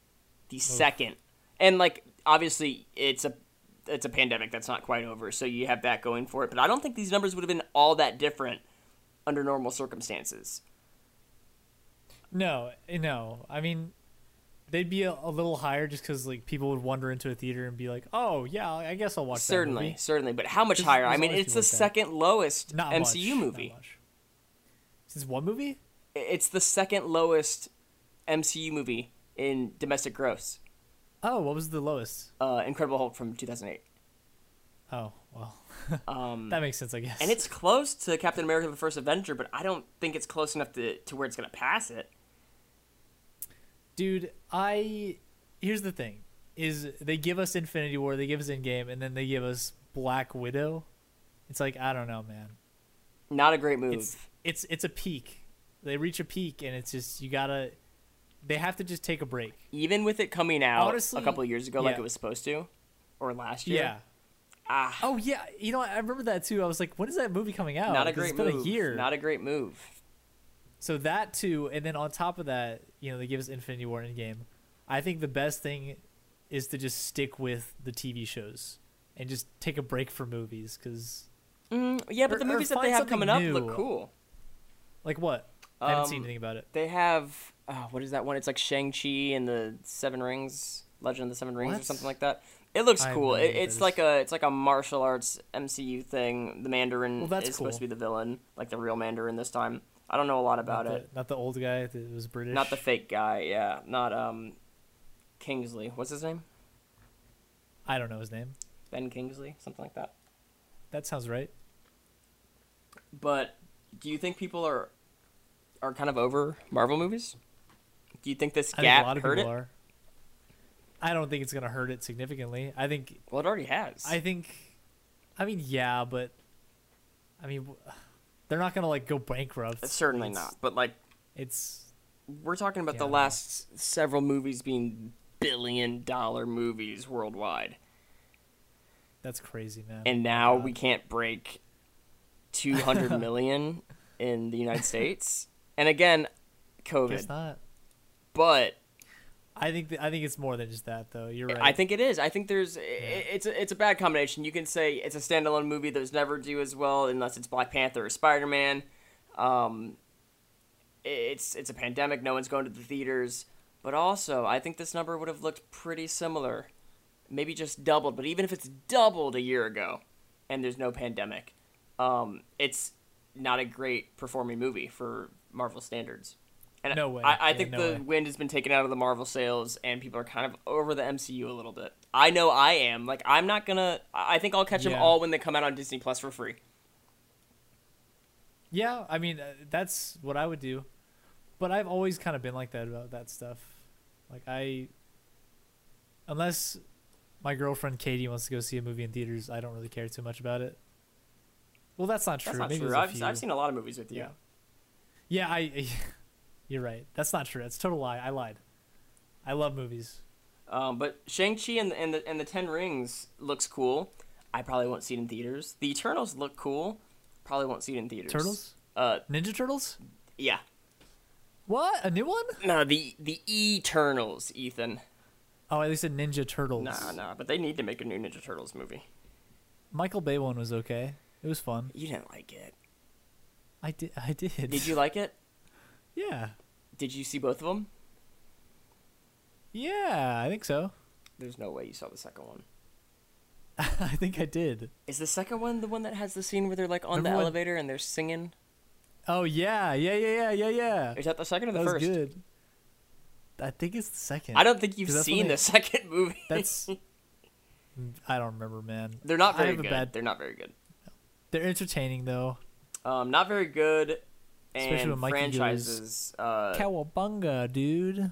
the Hmm. second. And like obviously it's a it's a pandemic that's not quite over, so you have that going for it, but I don't think these numbers would have been all that different under normal circumstances. No, eh, no. I mean, they'd be a, a little higher just because like people would wander into a theater and be like, oh yeah, I guess I'll watch that certainly, movie. certainly, but how much There's- higher? I there's mean, always it's the people like that. second lowest Not MCU much, movie. Not much. Is this one movie? It's the second lowest MCU movie in domestic gross. Oh, what was the lowest? Uh, Incredible Hulk from 2008. Oh, well, Um, that makes sense, I guess. And it's close to Captain America: The First Avenger, but I don't think it's close enough to, to where it's gonna pass it. dude i here's the thing is they give us infinity war they give us endgame and then they give us black widow it's like i don't know man Not a great move. it's it's it's a peak they reach a peak and it's just you gotta they have to just take a break Even with it coming out Honestly, a couple of years ago, like yeah. it was supposed to, or last year. yeah Ah, oh yeah you know i remember that too i was like when is that movie coming out not a 'Cause great it's been move. a year Not a great move. so that too and then on top of that you know they give us infinity war endgame i think the best thing is to just stick with the tv shows and just take a break from movies because Mm, yeah, but Or- the or movies that they find have something coming up look new. cool. Like what? I haven't seen Um, anything about it. They have ah, what is that one? It's like Shang Chi and the Seven Rings, Legend of the Seven Rings, or What? something like that. It looks I have cool. no It, idea what it's that like is. a it's like a martial arts MCU thing. The Mandarin Well, that's is supposed cool. to be the villain, like the real Mandarin this time. I don't know a lot about not it. The, not the old guy that was British. Not the fake guy. Yeah, not um, Kingsley. What's his name? I don't know his name. Ben Kingsley, something like that. That sounds right. But do you think people are are kind of over Marvel movies? Do you think this I gap think a lot of hurt people it? are. I don't think it's gonna hurt it significantly. I think. Well, it already has. I think. I mean, yeah, but. I mean, w- they're not gonna like go bankrupt. Certainly It's- not. But like It's. we're talking about Yeah, the I know. last several movies being billion dollar movies worldwide That's crazy, man. and now we can't break 200 million in the united states and again Guess covid not. but I think. Th- I think it's more than just that, though. You're right. i think it is i think there's i it's a, it's a bad combination you can say it's a standalone movie those never do as well unless it's black panther or spider-man um, i- it's it's a pandemic no one's going to the theaters but also i think this number would have looked pretty similar maybe just doubled, but even if it's doubled a year ago and there's no pandemic, um, it's not a great performing movie for Marvel standards. And No way. I, I Yeah, think no the way. wind has been taken out of the Marvel sales and people are kind of over the MCU a little bit. I know I am. Like, I'm not going to. I I think I'll catch them Yeah. all when they come out on Disney Plus for free. Yeah, I mean uh, that's what I would do, but I've always kind of been like that about that stuff. Like I, unless my girlfriend Katie wants to go see a movie in theaters, I don't really care too much about it. Well, that's not true. That's not Maybe true. there's a I've, few. I've seen a lot of movies with you. yeah. Yeah, I. You're right. That's not true. That's a total lie. I lied. I love movies. Um, but Shang Chi and the, and the and the Ten Rings looks cool. I probably won't see it in theaters. The Eternals look cool. Probably won't see it in theaters. Turtles? Uh, Ninja Turtles? yeah. What? A new one? No, the the Eternals, Ethan. Oh, at least a Ninja Turtles. Nah, nah. But they need to make a new Ninja Turtles movie. Michael Bay one was okay. It was fun. You didn't like it. I did. I did. Did you like it? Yeah. Did you see both of them? Yeah, I think so. There's no way you saw the second one. I think I did. Is the second one the one that has the scene where they're like on Remember the when- elevator and they're singing? Oh yeah, yeah, yeah, yeah, yeah, yeah. Is that the second or the that first? was good. I think it's the second. I don't think you've 'Cause that's when seen they- the second movie. That's. I don't remember, man. they're not I very have a good. bad- They're not very good. They're entertaining though. Um, not very good. And Especially when Mikey goes- franchises. Uh, Cowabunga, dude.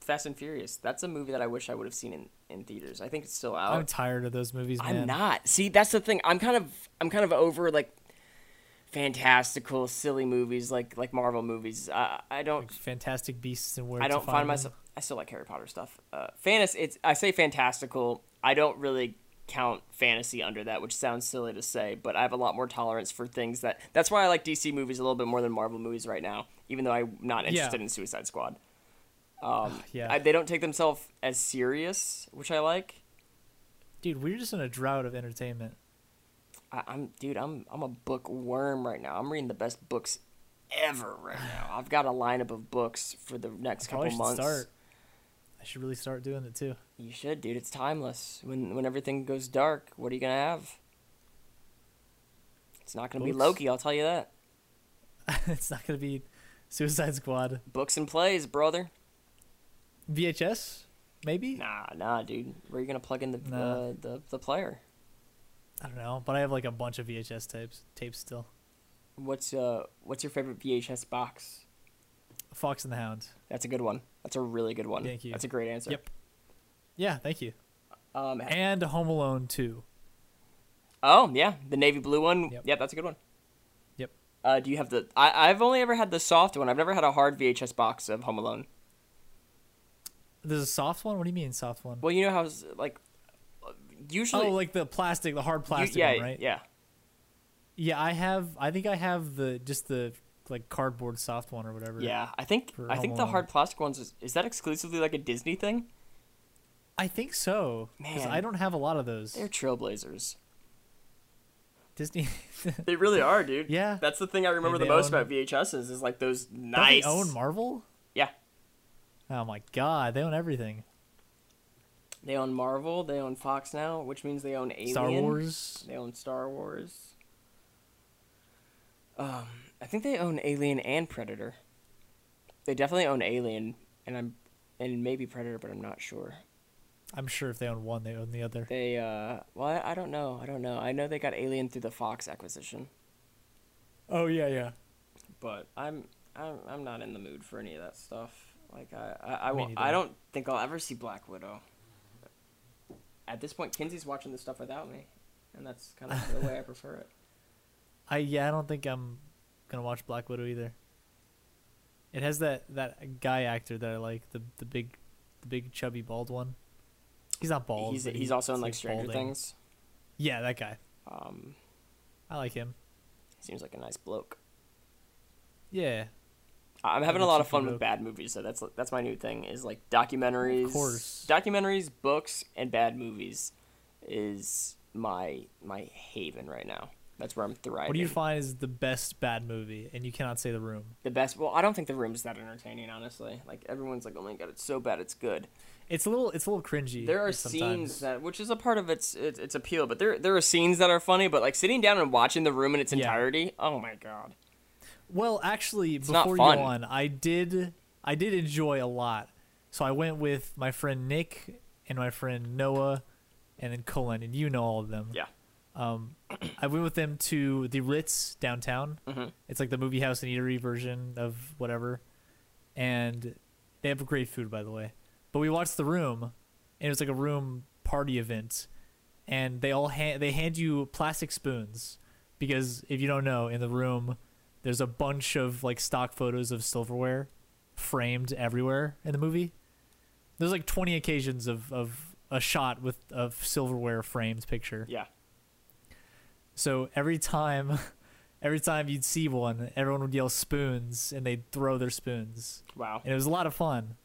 Fast and Furious. That's a movie that I wish I would have seen in, in theaters. I think it's still out. I'm tired of those movies, man. Oh. I'm not. See, that's the thing. I'm kind of I'm kind of over like fantastical, silly movies like like Marvel movies. I I don't Like Fantastic Beasts and Where I to don't find find Them. myself. I still like Harry Potter stuff. Uh, fantasy. It's I say fantastical. I don't really count fantasy under that, which sounds silly to say, but I have a lot more tolerance for things that. That's why I like DC movies a little bit more than Marvel movies right now, even though I'm not interested in Suicide Squad. Um, Ah, yeah. I, they don't take themselves as serious, which I like. Dude, we're just in a drought of entertainment. I, I'm dude. I'm I'm a book worm right now. I'm reading the best books ever right now. I've got a lineup of books for the next Probably couple should months. start. I should really start doing it too. You should, dude. It's timeless. When when everything goes dark, what are you gonna have? It's not gonna be Books. Loki. I'll tell you that. it's not gonna be Suicide Squad. Books and plays, brother. VHS, maybe. Nah, nah, dude. Where are you gonna plug in the Nah. uh, the the player? I don't know, but I have like a bunch of VHS tapes. Tapes still. What's uh What's your favorite VHS box? Fox and the Hound. That's a good one. That's a really good one. Thank you. That's a great answer. Yep. Yeah, thank you. Um. And Home Alone too. Oh yeah, the navy blue one. Yep. Yeah, that's a good one. Yep. Uh, do you have the? I I've only ever had the soft one. I've never had a hard VHS box of Home Alone. There's a soft one. What do you mean soft one? Well, you know how it's, like usually. oh, like the plastic, the hard you- plastic yeah, one, right? yeah. Yeah, I have. I think I have the just the like cardboard soft one or whatever. Yeah, I think for I think the Home hard plastic ones is, is that exclusively like a Disney thing? I think so. Because Man. I don't have a lot of those. They're trailblazers. Disney. They really are, dude. Yeah. That's the thing I remember they the most own- about VHSs is like those Don't nice. They own Marvel. yeah, Oh my god, they own everything. they own Marvel. They own Fox now, which means they own Alien. Star Wars. They own Star Wars. Um, I think they own Alien and Predator. They definitely own Alien, and I'm and maybe Predator, but I'm not sure. I'm sure if they own one, they own the other. They uh, well, I, I don't know. I don't know. I know they got Alien through the Fox acquisition. Oh yeah, yeah. but I'm I'm I'm not in the mood for any of that stuff. Like I I I, Me won't- I neither. don't think I'll ever see Black Widow. At this point, Kinsey's watching this stuff without me, and that's kind of the way I prefer it. I yeah, I don't think I'm gonna watch Black Widow either. It has that that guy actor that I like, the the big, the big chubby bald one. He's not bald. he's but he's also in like he's Stranger balding. Things. Yeah, that guy. Um, I like him. seems like a nice bloke. Yeah, I- I'm having a looks lot like of fun a with bloke. bad movies, so that's that's my new thing is like documentaries, Of course. documentaries, books, and bad movies is my my haven right now. That's where I'm thriving. what do you find is the best bad movie? And you cannot say The Room. the best. Well, I don't think the room's that entertaining, honestly. Like everyone's like, "Oh my god, it's so bad, it's good." It's a little, it's a little cringy. There are sometimes. scenes that, which is a part of its, its its appeal, but there there are scenes that are funny. But like sitting down and watching the room in its Yeah. entirety, oh my god, Well, actually, not before you fun. go on, I did I did enjoy a lot. So I went with my friend Nick and my friend Noah, and then Colin, and you know all of them. Um, yeah, I went with them to the Ritz downtown. Mhm. It's like the movie house and eatery version of whatever, and they have great food, by the way. But we watched The Room, and it was like a room party event, and they all ha- they hand you plastic spoons because if you don't know, in the room there's a bunch of like stock photos of silverware framed everywhere in the movie. There's like 20 occasions of of a shot with of silverware framed picture. Yeah. So every time, every time you'd see one, everyone would yell spoons, and they'd throw their spoons, Wow. and it was a lot of fun.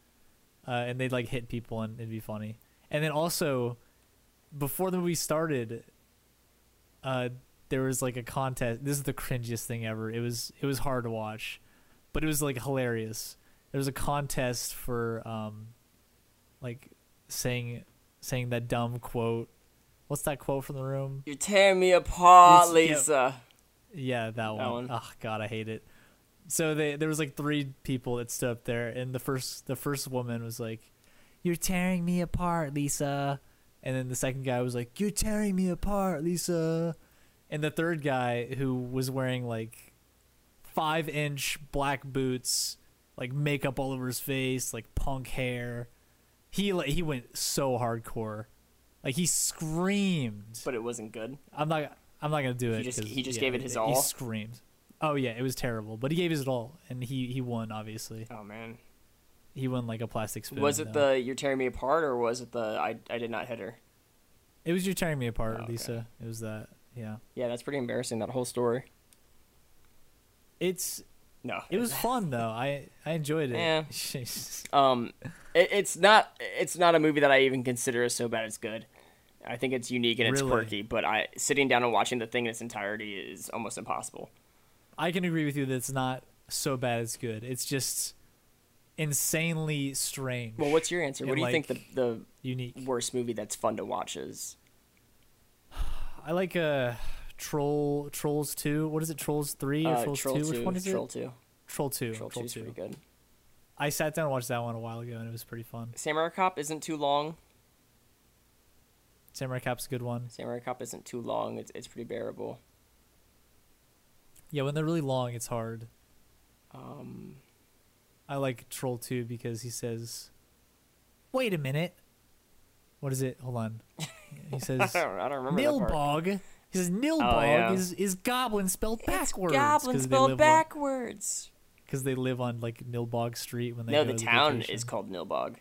Uh, and they'd like hit people, and it'd be funny. And then also, before the movie started, uh, there was like a contest. This is the cringiest thing ever. It was it was hard to watch, but it was like hilarious. There was a contest for um, like saying saying that dumb quote. What's that quote from the room? You're tearing me apart, It's- yeah. Lisa. Yeah, that one. one. Oh god, I hate it. So they there was like three people that stood up there and the first the first woman was like, You're tearing me apart, Lisa and then the second guy was like, You're tearing me apart, Lisa and the third guy who was wearing like five inch black boots, like makeup all over his face, like punk hair. He like, he went so hardcore. Like he screamed. But it wasn't good. I'm not. I'm not gonna do He it. just- 'cause, he just yeah, gave it his He all? screamed. Oh yeah, it was terrible. But he gave his all, and he he won. Obviously, Oh man. he won like a plastic spoon. was it though. the you're tearing me apart or was it the I I did not hit her? It was you tearing me apart, Oh, okay. Lisa. It was that. Yeah. Yeah, that's pretty embarrassing. That whole story. It's No. it was fun though. I I enjoyed it. Yeah. Jeez. Um, it, it's not it's not a movie that I even consider as so bad it's good. I think it's unique and it's Really? quirky, but I sitting down and watching the thing in its entirety is almost impossible. I can agree with you that it's not so bad. It's good. It's just insanely strange. Well, what's your answer? What And, do you think the like, the unique? worst movie that's fun to watch is? I like uh troll trolls two. What is it? Trolls three or Uh, trolls Troll two? Which one is Troll it? Two. Troll two. Troll Two is pretty good. I sat down and watched that one a while ago, and it was pretty fun. Samurai Cop isn't too long. Samurai Cap's a good one. Samurai Cop isn't too long. It's it's pretty bearable. Yeah, when they're really long, it's hard. Um, I like Troll 2 because he says, Wait a minute. What is it? Hold on. He I says, don't, I don't remember that part. Oh, Nilbog. He says, Nilbog yeah. is, is goblin spelled backwards. Goblin spelled backwards. Because they live on, like, Nilbog Street when they No, go the to town vacation. is called Nilbog.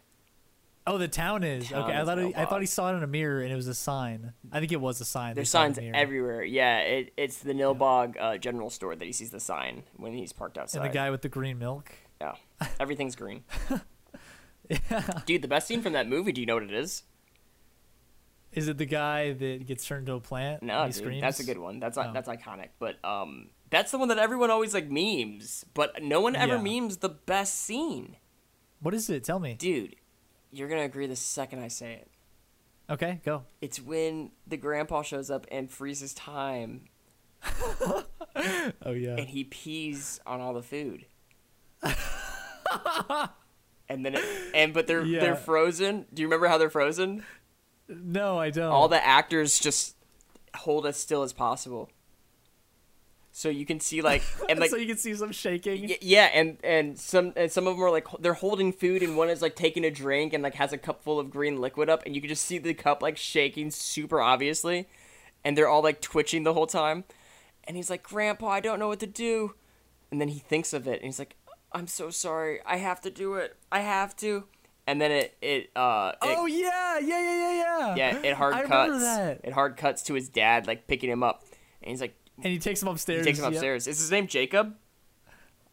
Oh, the town is. town okay, I is thought, he, I Nilbog. thought he saw it in a mirror and it was a sign. I think it was a sign. There's They saw it in signs a mirror. everywhere. Yeah, it, it's the Nilbog uh, general store that he sees the sign when he's parked outside. And the guy with the green milk. Yeah, everything's green. Dude, the best scene from that movie. Do you know what it is? Is it the guy that gets turned into a plant? No, and he dude, that's a screams? Oh. good one. That's not, No. that's iconic. But um, that's the one that everyone always like memes. But no one ever Yeah. memes the best scene. What is it? Tell me. Dude, you're gonna agree the second I say it. Okay, go. It's when the grandpa shows up and freezes time, Oh yeah. and he pees on all the food. and then, it, and but they're Yeah. they're frozen. Do you remember how they're frozen? No, I don't. All the actors just hold as still as possible, so you can see like and like so you can see some shaking. Y- yeah and and some and some of them are like h- they're holding food and one is like taking a drink and like has a cup full of green liquid up and you can just see the cup like shaking super obviously and they're all like twitching the whole time and he's like grandpa i don't know what to do and then he thinks of it and he's like i'm so sorry i have to do it i have to and then it it uh it, Oh yeah, yeah, yeah, yeah, yeah. yeah it hard I remember cuts that. it hard cuts to his dad like picking him up and he's like And he takes him upstairs. takes him yep. Oh. upstairs is his name jacob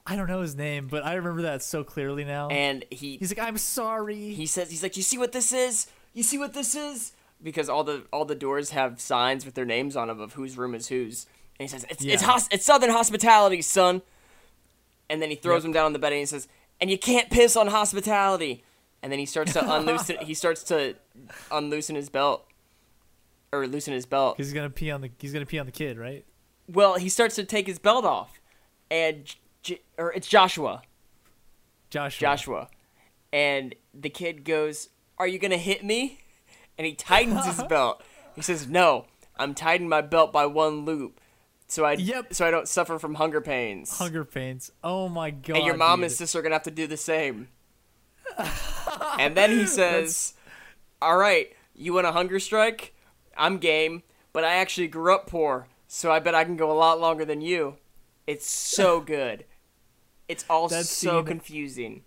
I don't know his name, but I remember that so clearly now. and he He's like, "I'm sorry." he says he's like you see what this is you see what this is because all the all the doors have signs with their names on them of whose room is whose and he says it's it's, Yeah. hos- it's southern hospitality son and then he throws him down on the bed and he says and you can't piss on hospitality and then he starts to unloosen he starts to unloosen his belt or loosen his belt 'Cause he's gonna pee on the. He's gonna pee on the kid, right? well he starts to take his belt off and J- J- or it's Joshua Joshua. Joshua. And the kid goes, Are you going to hit me? And he tightens his belt. He says, No, I'm tightening my belt by one loop so I, Yep. so I don't suffer from hunger pains. Hunger pains. Oh my god. and your mom dude. and sister are going to have to do the same. and then he says, all right, you want a hunger strike? I'm game, but I actually grew up poor, so I bet I can go a lot longer than you. It's so good. It's all That so scene- confusing.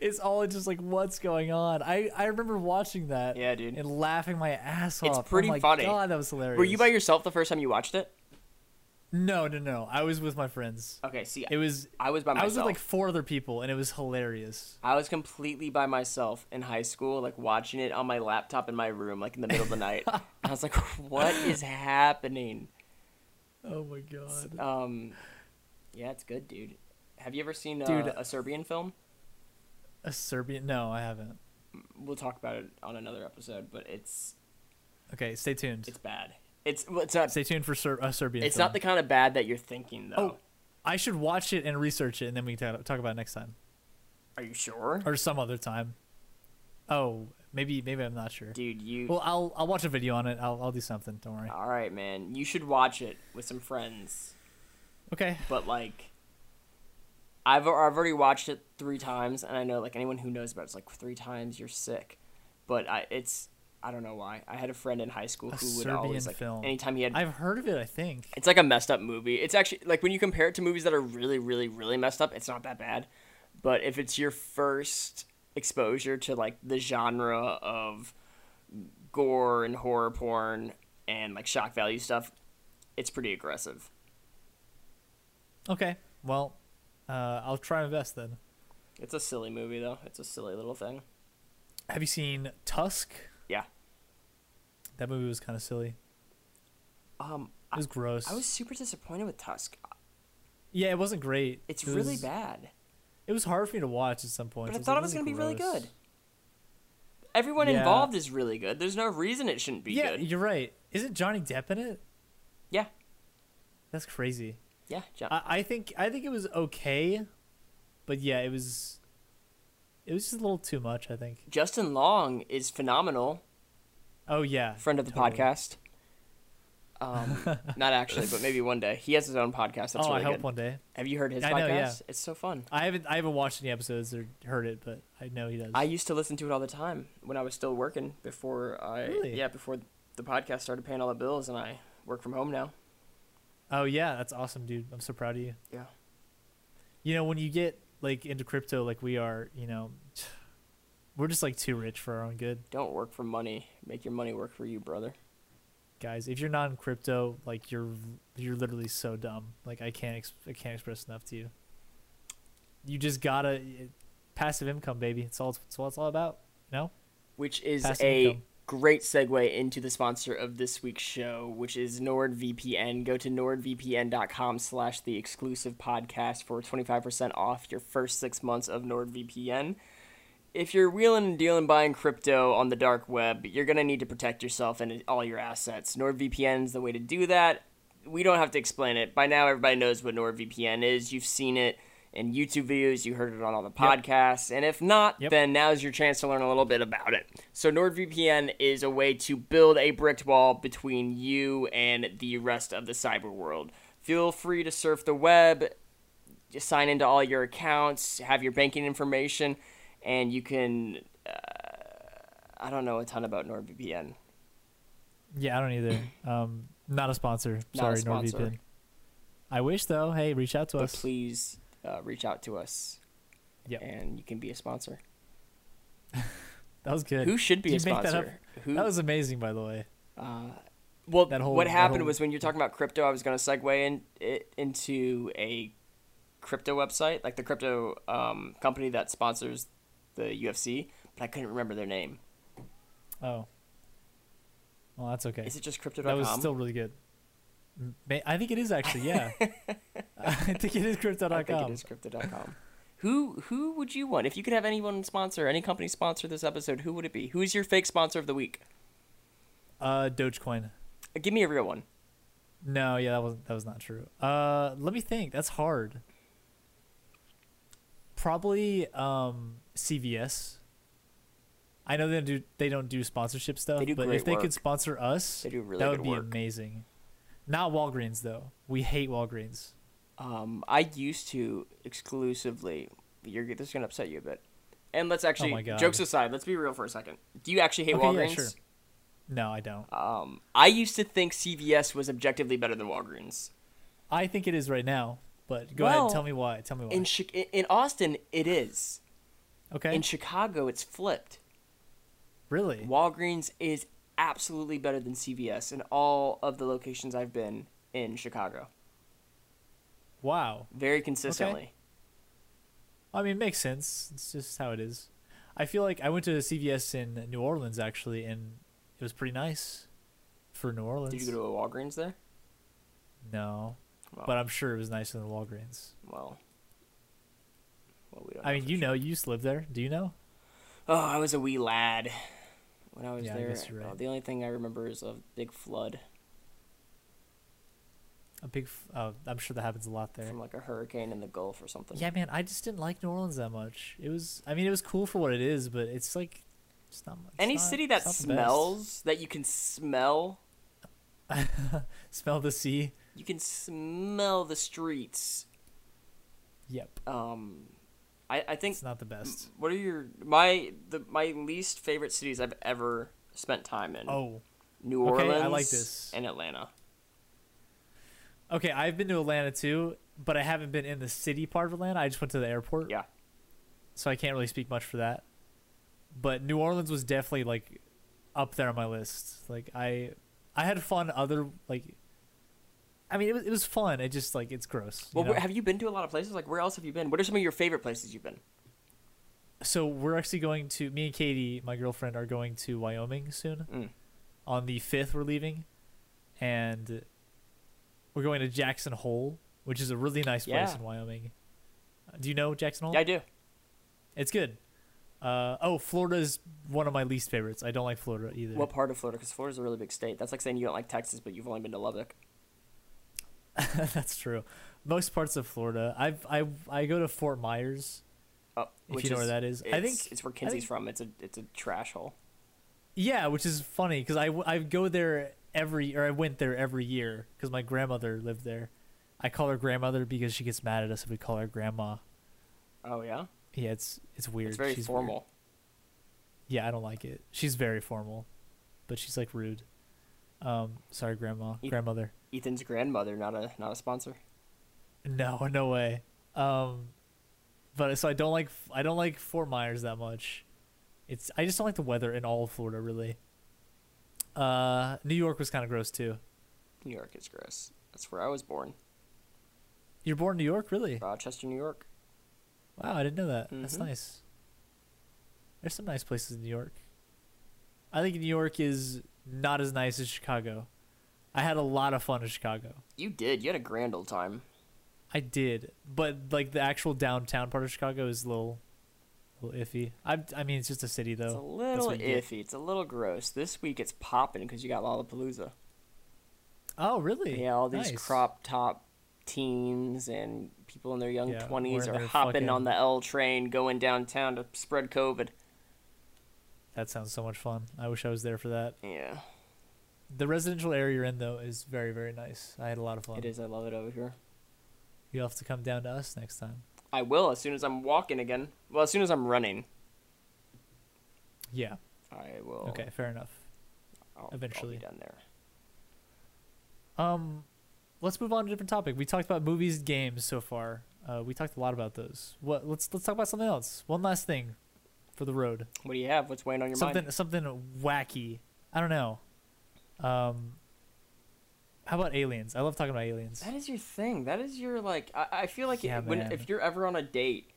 It's all just like what's going on. I I remember watching that. Yeah, dude. And laughing my ass off. I'm pretty like, funny. God, that was hilarious. Were you by yourself the first time you watched it? No, no, no. I was with my friends. Okay, see, It was I was by myself. I was with like four other people, and it was hilarious. I was completely by myself in high school, like watching it on my laptop in my room, like in the middle of the night. And I was like, "What is happening?" Oh my god. Um, yeah, it's good, dude. Have you ever seen uh, Dude. a Serbian film? A Serbian? No, I haven't. We'll talk about it on another episode, but it's Okay, stay tuned. it's bad. It's well, it's not Stay tuned for Ser- a Serbian. it's film. not the kind of bad that you're thinking though. Oh, I should watch it and research it, and then we can ta- talk about it next time Are you sure, or some other time. Oh, maybe maybe I'm not sure. dude? You Well, I'll I'll watch a video on it. I'll I'll do something. Don't worry. all right, man? You should watch it with some friends. Okay. but like I've I've already watched it three times, and I know like anyone who knows about it's like three times you're sick, but I it's I don't know why I had a friend in high school A who would Serbian always like film. anytime he had I've heard of it. I think. it's like a messed up movie. It's actually like when you compare it to movies that are really really really messed up, it's not that bad, but if it's your first exposure to like the genre of gore and horror porn and like shock value stuff, it's pretty aggressive. Okay. Well, uh, I'll try my best then. It's a silly movie though. It's a silly little thing. Have you seen Tusk? Yeah. That movie was kind of silly. Um, It was gross. I was super disappointed with Tusk. Yeah, it wasn't great. It's It really was- bad, It was hard for me to watch at some point. but I thought it was going to be really good. Everyone Yeah. involved is really good. There's no reason it shouldn't be yeah, good. you're right. Isn't Johnny Depp in it? Yeah, That's crazy. yeah, John. I, I think I think it was okay, but yeah, it was. It was just a little too much. I think. Justin Long is phenomenal. Oh yeah, Friend of the totally. podcast. Um, not actually, but maybe one day he has his own podcast. That's oh, really I hope good. one day. Have you heard his I podcast? know, yeah. It's so fun. I haven't I haven't watched any episodes or heard it, but I know he does. I used to listen to it all the time when I was still working before I Really? yeah before the podcast started paying all the bills and I work from home now. oh yeah, that's awesome, dude. I'm so proud of you. Yeah. You know, when you get like into crypto, like we are, you know, we're just like too rich for our own good. Don't work for money. Make your money work for you, brother. guys if you're not in crypto like you're you're literally so dumb like i can't ex- i can't express enough to you you just gotta passive income baby it's all it's what it's all about you know Which is Passive a income. great segue into the sponsor of this week's show, which is NordVPN. Go to nordvpn.com slash the exclusive podcast for 25% off your first six months of NordVPN. If you're wheeling and dealing buying crypto on the dark web, you're going to need to protect yourself and all your assets. NordVPN's the way to do that. We don't have to explain it. By now, everybody knows what NordVPN is. You've seen it in YouTube videos, you heard it on all the podcasts. And if not, Yep. then now's your chance to learn a little bit about it. So, NordVPN is a way to build a bricked wall between you and the rest of the cyber world. Feel free to surf the web, just sign into all your accounts, have your banking information, and you can. Uh, I don't know a ton about NordVPN. yeah i don't either um not a sponsor Not sorry a sponsor. nordvpn i wish though hey reach out to But us please uh, reach out to us. Yep. And you can be a sponsor. that was good Who should be Did a you make that up? sponsor? Who? that was amazing by the way uh, well, that whole- what that happened whole- was when you're talking about crypto, I was going to segue in, it, into a crypto website, like the crypto um, company that sponsors the UFC, but I couldn't remember their name. oh well that's okay Is it just crypto.com? that was still really good M- may- i think it is actually yeah i think it is crypto.com I think it is crypto.com. who who would you want if you could have anyone sponsor any company sponsor this episode? Who would it be? Who is your fake sponsor of the week? uh dogecoin Uh, Give me a real one. No, yeah, that was that was not true. Uh, let me think. That's hard. Probably um, CVS. I know they don't do they don't do sponsorship stuff, They do but great if they work. could sponsor us, They do really that good would be work. amazing. Not Walgreens though. We hate Walgreens. Um, I used to exclusively. You're this is gonna upset you a bit. And let's Oh my actually God. jokes aside, let's be real for a second. Do you actually hate Okay, yeah, Walgreens? sure. No, I don't. Um, I used to think CVS was objectively better than Walgreens. I think it is right now, but go ahead. Well, Tell me why. Tell me why. In Chi- in Austin, it is. okay. In Chicago, it's flipped. really? Walgreens is absolutely better than CVS in all of the locations I've been in Chicago. Wow. Very consistently. I mean, it makes sense. It's just how it is. I feel like I went to CVS in New Orleans actually, and it was pretty nice for New Orleans. Did you go to a Walgreens there? no, Well, but I'm sure it was nicer than Walgreens. well, well, we don't. I mean, for you sure. know, you used to live there. Do you know? Oh, I was a wee lad when I was Yeah, I there. guess you're uh, right. the only thing I remember is a big flood A big. F- uh, I'm sure that happens a lot there. from like a hurricane in the Gulf or something. Yeah, man. I just didn't like New Orleans that much. It was. I mean, it was cool for what it is, but it's like. It's not, it's Any not- city that it's not the best. smells that you can smell, smell the sea. you can smell the streets. Yep, Um, I I think it's not the best. what are your my the my least favorite cities I've ever spent time in? Oh, New okay, I Orleans. like this. And Atlanta. okay. I've been to Atlanta too, but I haven't been in the city part of Atlanta. I just went to the airport. Yeah. so I can't really speak much for that. But New Orleans was definitely like up there on my list. Like I, I had fun. Other like, I mean, it was it was fun. It just like it's gross. you Well, where know? have you been to a lot of places? Like, where else have you been? What are some of your favorite places you've been? so we're actually going to me and Katie, my girlfriend, are going to Wyoming soon. Mm. On the fifth, we're leaving, and we're going to Jackson Hole, which is a really nice place Yeah. in Wyoming. Uh, Do you know Jackson Hole? Yeah, I do. It's good. Uh, oh, Florida is one of my least favorites. I don't like Florida either. What part of Florida? Because Florida's a really big state. That's like saying you don't like Texas, but you've only been to Lubbock. That's true. Most parts of Florida. I've I I go to Fort Myers. Oh, If which you know is- where that is. I it's- think- it's where I think- Kinsey's from. It's a it's a trash hole. Yeah, which is funny because I, w- I go there every or I went there every year because my grandmother lived there. I call her grandmother because she gets mad at us if we call her grandma. Oh yeah, Yeah, it's it's weird. it's very She's weird. formal. Yeah, I don't like it. She's very formal, but she's like rude. Um, sorry, grandma, You- grandmother. Ethan's grandmother, not a not a sponsor. No, no way. Um, but so I don't like I don't like Fort Myers that much. It's I just don't like the weather in all of Florida really. Uh, New York was kind of gross too. New York is gross. That's where I was born, You're born in New York, really? Rochester, New York. Wow, I didn't know that. That's Mhm. nice. There's some nice places in New York. I think New York is not as nice as Chicago. I had a lot of fun in Chicago. You did. You had a grand old time. I did, but like the actual downtown part of Chicago is a little, little iffy. I I mean it's just a city though. It's a Oh, That's little what you get. iffy. It's a little gross. This week it's popping because you got Lollapalooza. Oh, really? Yeah, all these Nice. crop top teens and people in their young Yeah, twenties wearing are their hopping fucking- on the L train going downtown to spread COVID. That sounds so much fun. I wish I was there for that. Yeah, The residential area you're in though is very very nice. I had a lot of fun. it is. I love it over here. You'll have to come down to us next time. I will as soon as I'm walking again. Well, as soon as I'm running, Yeah. I will. Okay. Fair enough. I'll, eventually. I'll be done there. Um, let's move on to a different topic. We talked about movies, games so far. Uh, we talked a lot about those. What? Let's let's talk about something else. One last thing, for the road. What do you have? What's weighing on your something mind? something wacky. I don't know. Um. How about aliens? I love talking about aliens. That is your thing. That is your like. I, I feel like Yeah, it- when man. if you're ever on a date,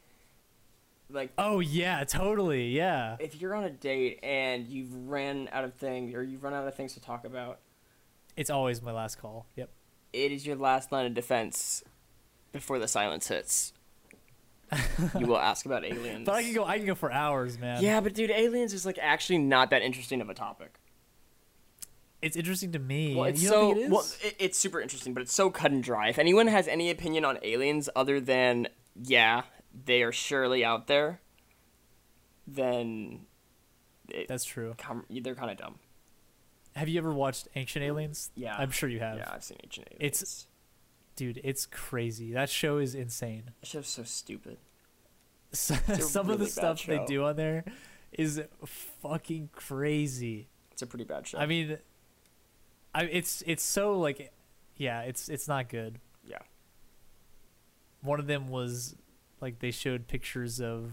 like Oh yeah, totally. Yeah. if you're on a date and you've ran out of things or you've run out of things to talk about, It's always my last call. Yep. it is your last line of defense before the silence hits. you will ask about aliens. But I can go. I can go for hours, man. Yeah, but dude, aliens is like actually not that interesting of a topic. It's interesting to me. Well, it's you so don't think it is? well, it, it's super interesting, but it's so cut and dry. If anyone has any opinion on aliens other than yeah, they are surely out there, then it, That's true. com- they're kind of dumb. Have you ever watched Ancient Aliens? Yeah. I'm sure you have. Yeah, I've seen ancient aliens. It's- Dude, it's crazy. That show is insane. that show's so stupid. some a of really the bad stuff they show. do on there is fucking crazy. It's a pretty bad show. I mean, I it's it's so like, yeah, it's it's not good. Yeah. One of them was like they showed pictures of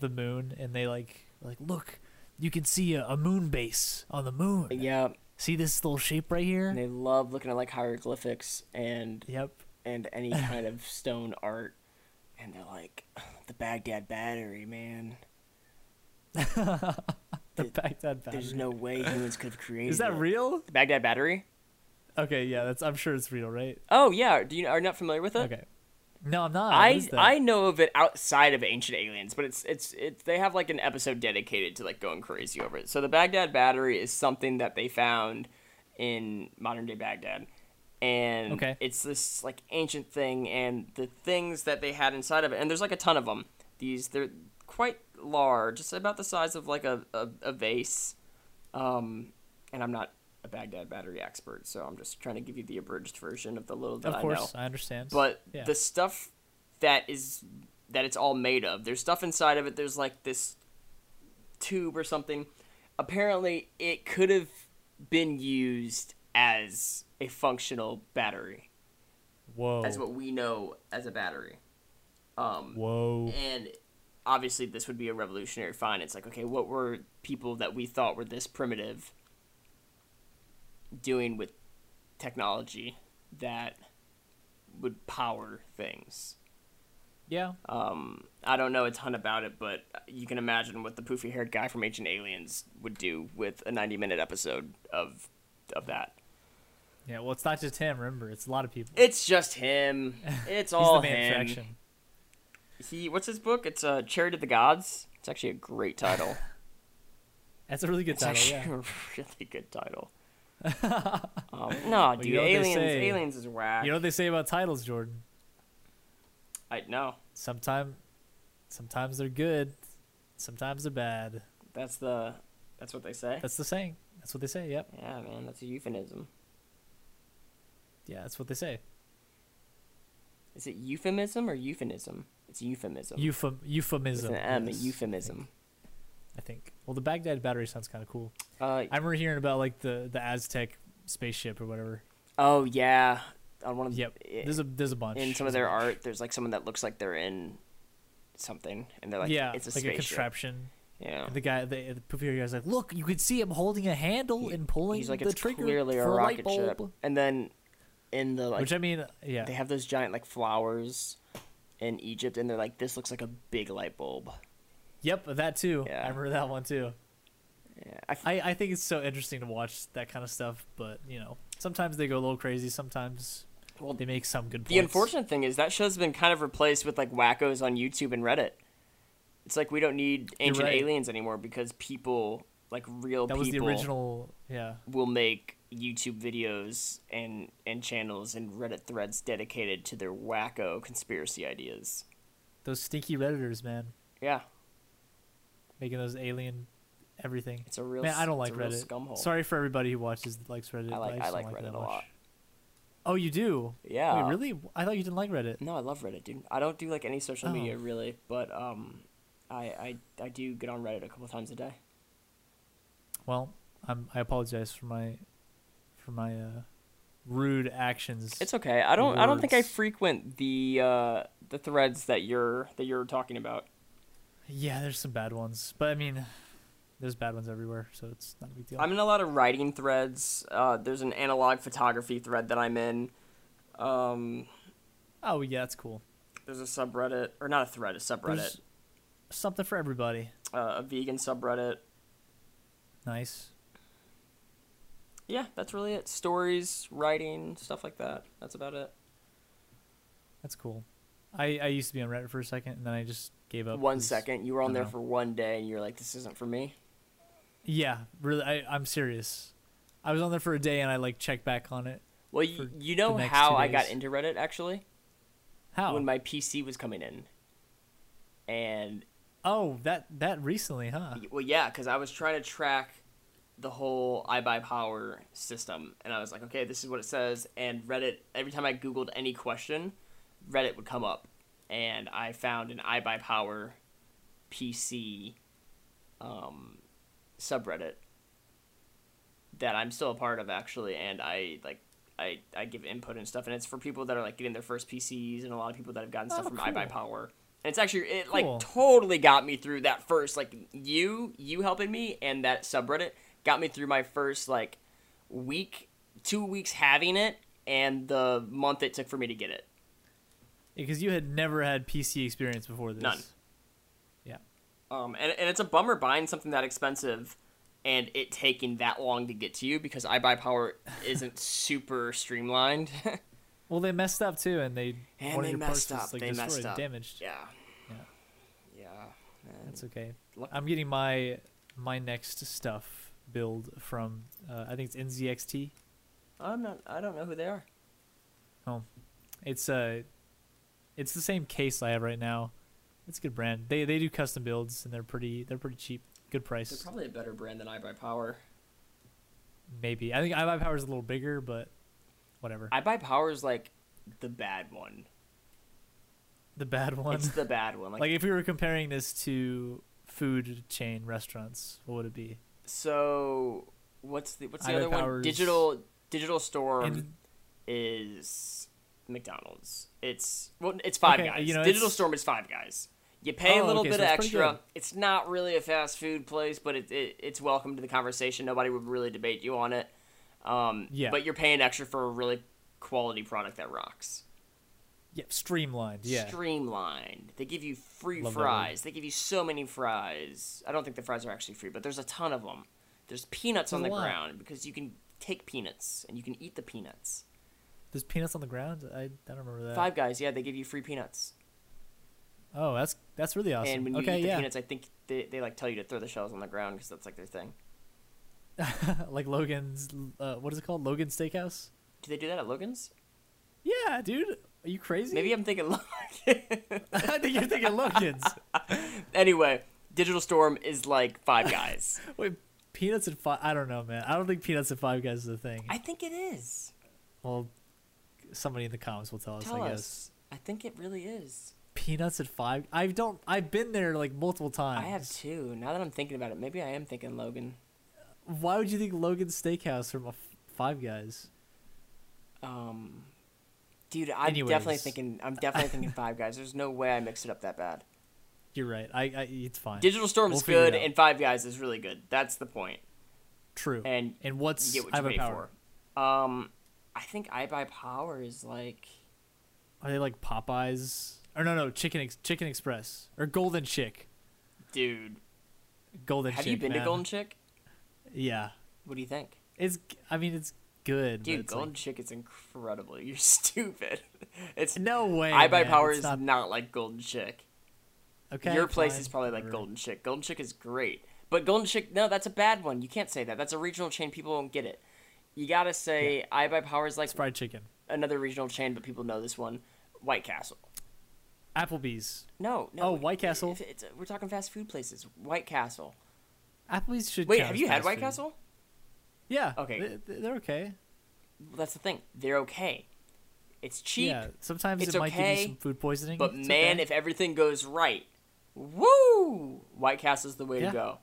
the moon, and they like like look, you can see a, a moon base on the moon. Uh, yeah, See this little shape right here? and they love looking at like hieroglyphics and Yep. and any kind of stone art, and they're like, the Baghdad Battery, man. The Th- Baghdad There's Battery. no way humans could have created. Is that it." real? The Baghdad Battery? Okay, yeah, that's I'm sure it's real, right? Oh yeah. Do you are you not familiar with it? Okay. No, I'm not. What Uh, I is that? I know of it outside of Ancient Aliens, but it's it's it's they have like an episode dedicated to like going crazy over it. So the Baghdad Battery is something that they found in modern day Baghdad, and Okay. it's this like ancient thing, and the things that they had inside of it, and there's like a ton of them. These they're quite large, it's about the size of like a a, a vase, um, and I'm not a Baghdad Battery expert, so I'm just trying to give you the abridged version of the little that of I know course, I understand. but Yeah. the stuff that is that it's all made of there's stuff inside of it there's like this tube or something apparently it could have been used as a functional battery whoa, as what we know as a battery whoa, and obviously this would be a revolutionary find it's like okay what were people that we thought were this primitive doing with technology that would power things yeah. Um, I don't know a ton about it, but you can imagine what the poofy haired guy from Ancient Aliens would do with a 90 minute episode of of that. Yeah, well, it's not just him. Remember, it's a lot of people. It's just him. It's He's all the main him. attraction. He what's his book? It's uh, Charity of the Gods. It's actually a great title. That's a really good It's title. actually Yeah. a really good title. um, no, dude, you know what they aliens. say. Aliens is whack. You know what they say about titles, Jordan? I know. Sometimes, sometimes they're good, sometimes they're bad. That's the. That's what they say. That's the saying. That's what they say. Yep. Yeah, man. That's a euphemism. Yeah, that's what they say. Is it euphemism or euphemism? It's euphemism. Euphem- With euphemism. an M, a yes, euphemism. I think. Well, the Baghdad battery sounds kind of cool. Uh, I remember hearing about like the the Aztec spaceship or whatever. oh yeah, on one of Yep. i- There's a there's a bunch. in some There's of a their bunch. art, there's like someone that looks like they're in something, and they're like, yeah, it's a like a spaceship. Oh. contraption. yeah, And the guy, the, the poofy guy's like, look, you could see him holding a handle and pulling he's like, the it's trigger clearly a for rocket light bulb. ship. And then in the like, Which I mean, yeah, they have those giant like flowers in Egypt, and they're like, this looks like a big light bulb. yep, that too. Yeah. I remember that one too. Yeah, I f- I I think it's so interesting to watch that kind of stuff, but you know, sometimes they go a little crazy. Sometimes well, they make some good. Points. The unfortunate thing is that show's been kind of replaced with like wackos on YouTube and Reddit. It's like we don't need ancient right. aliens anymore because people, like real that people, was the original. Yeah, will make YouTube videos and and channels and Reddit threads dedicated to their wacko conspiracy ideas. those stinky redditors, man, Yeah, making those alien everything. it's a real Man, I don't it's like a real Reddit. scumhole. Sorry for everybody who watches that likes Reddit. I but like- just I don't that like Reddit a much. lot. Oh, you do? Yeah. Wait, really? I thought you didn't like Reddit. No, I love Reddit, dude. I don't do like any social Oh. media really, but um, I I I do get on Reddit a couple times a day. Well, I'm, I apologize for my for my uh, rude actions. It's okay. I don't. I don't think I Words. frequent the uh, the threads that you're that you're talking about. yeah, there's some bad ones, but I mean, there's bad ones everywhere, so it's not a big deal. I'm in a lot of writing threads. Uh, there's an analog photography thread that I'm in. Um, oh yeah, that's cool. there's a subreddit or not a thread, a subreddit, There's something for everybody. uh, a vegan subreddit. Nice. Yeah, that's really it. Stories, writing, stuff like that. That's about it. That's cool. I I used to be on Reddit for a second, and then I just gave up. One 'cause- second, you were on I there know. for one day, and you're like, "This isn't for me." Yeah, really. I I'm serious. I was on there for a day, and I like checked back on it. Well, you, For you know the next how two I got days. Oh. into Reddit actually How? when my PC was coming in, and oh, that that recently, huh? Well, yeah, because I was trying to track the whole I buy power system, and I was like, okay, this is what it says. And Reddit, every time I googled any question, Reddit would come up, and I found an I by Power PC um, subreddit that I'm still a part of actually, and I like I, I give input and stuff, and it's for people that are like getting their first PCs, and a lot of people that have gotten Oh, stuff from cool. I by Power. And it's actually it like Cool. totally got me through that first like you you helping me and that subreddit got me through my first like week two weeks having it and the month it took for me to get it. Because you had never had PC experience before this. None. Yeah. Um, and, and it's a bummer buying something that expensive and it taking that long to get to you because iBuyPower isn't super streamlined. Well, they messed up too, and they And one of they your messed parts was, up. like They messed destroyed, and up. damaged. yeah. Yeah. Yeah. That's okay. Luck- I'm getting my my next stuff build from uh, I think it's NZXT. I'm not, I don't know who they are. Oh, It's uh it's the same case I have right now. It's a good brand. They they do custom builds and they're pretty they're pretty cheap. Good They're price. probably a better brand than iBuyPower. Maybe. I think iBuyPower Power is a little bigger, but whatever. iBuyPower is like the bad one. the bad one. It's the bad one. Like, like if we were comparing this to food chain restaurants, what would it be? so what's the what's the other one? iBuyPower's- Digital digital store In- is McDonald's. It's well, it's Five Okay, Guys. you know, Digital it's- Storm is Five Guys. You pay a Oh, little okay, bit so of it's pretty extra. good. It's not really a fast food place, but it, it it's welcome to the conversation. Nobody would really debate you on it. Um, Yeah. But you're paying extra for a really quality product that rocks. Yeah, streamlined. Yeah. Streamlined. They give you free Love that word. fries. They give you so many fries. I don't think the fries are actually free, but there's a ton of them. There's peanuts on the There's a lot. ground because you can take peanuts and you can eat the peanuts. There's peanuts on the ground. I, I don't remember that. Five Guys, yeah, they give you free peanuts. Oh, that's that's really awesome. And when you okay, eat the yeah. peanuts, I think they, they like tell you to throw the shells on the ground because that's like their thing. like Logan's, uh, what is it called? Logan's Steakhouse. Do they do that at Logan's? Yeah, dude. Are you crazy? Maybe I'm thinking Logan. I think you're thinking Logan's. anyway, Digital Storm is like Five Guys. Wait, peanuts and five? I don't know, man. I don't think peanuts and Five Guys is a thing. I think it is. well, somebody in the comments will tell us. Tell I guess us. I think it really is. peanuts and Five. I don't. I've been there like multiple times. I have two. Now that I'm thinking about it, maybe I am thinking Logan. Why would you think Logan's Steakhouse from a f- Five Guys? Um, dude, I'm definitely Anyways. thinking. I'm definitely thinking Five Guys. There's no way I mixed it up that bad. You're right. I. I it's fine. Digital Storm We'll is figure it good, out. and Five Guys is really good. That's the point. True. and and what's You get what I you have a pay power? for. Um, I think I buy power is like Are they like Popeyes? Or no, no, Chicken Ex- Chicken Express or Golden Chick. dude. Golden. Have Chick, you been man. to Golden Chick? Yeah, What do you think? it's. I mean, it's good. but Dude, it's like- Golden Chick is incredible. You're stupid. It's no way. I buy man, power it's is not, not... like Golden Chick. okay, Your place fine, is probably like whatever. Golden Chick. Golden Chick is great, but Golden Chick no, that's a bad one. You can't say that. That's a regional chain. People don't get it. You gotta say I buy power is like It's fried chicken. another regional chain, but people know this one, White Castle. Applebee's. No, no. Oh, White Castle. It's, it's- we're talking fast food places. White Castle. Applebee's should. Wait, count have as you had fast White food. Castle? Yeah. Okay. They, they're okay. Well, that's the thing. They're okay. It's cheap, Yeah. Sometimes It's it might give okay, you some food poisoning. but It's man, okay. if everything goes right, woo! White Castle's the way Yeah. to go.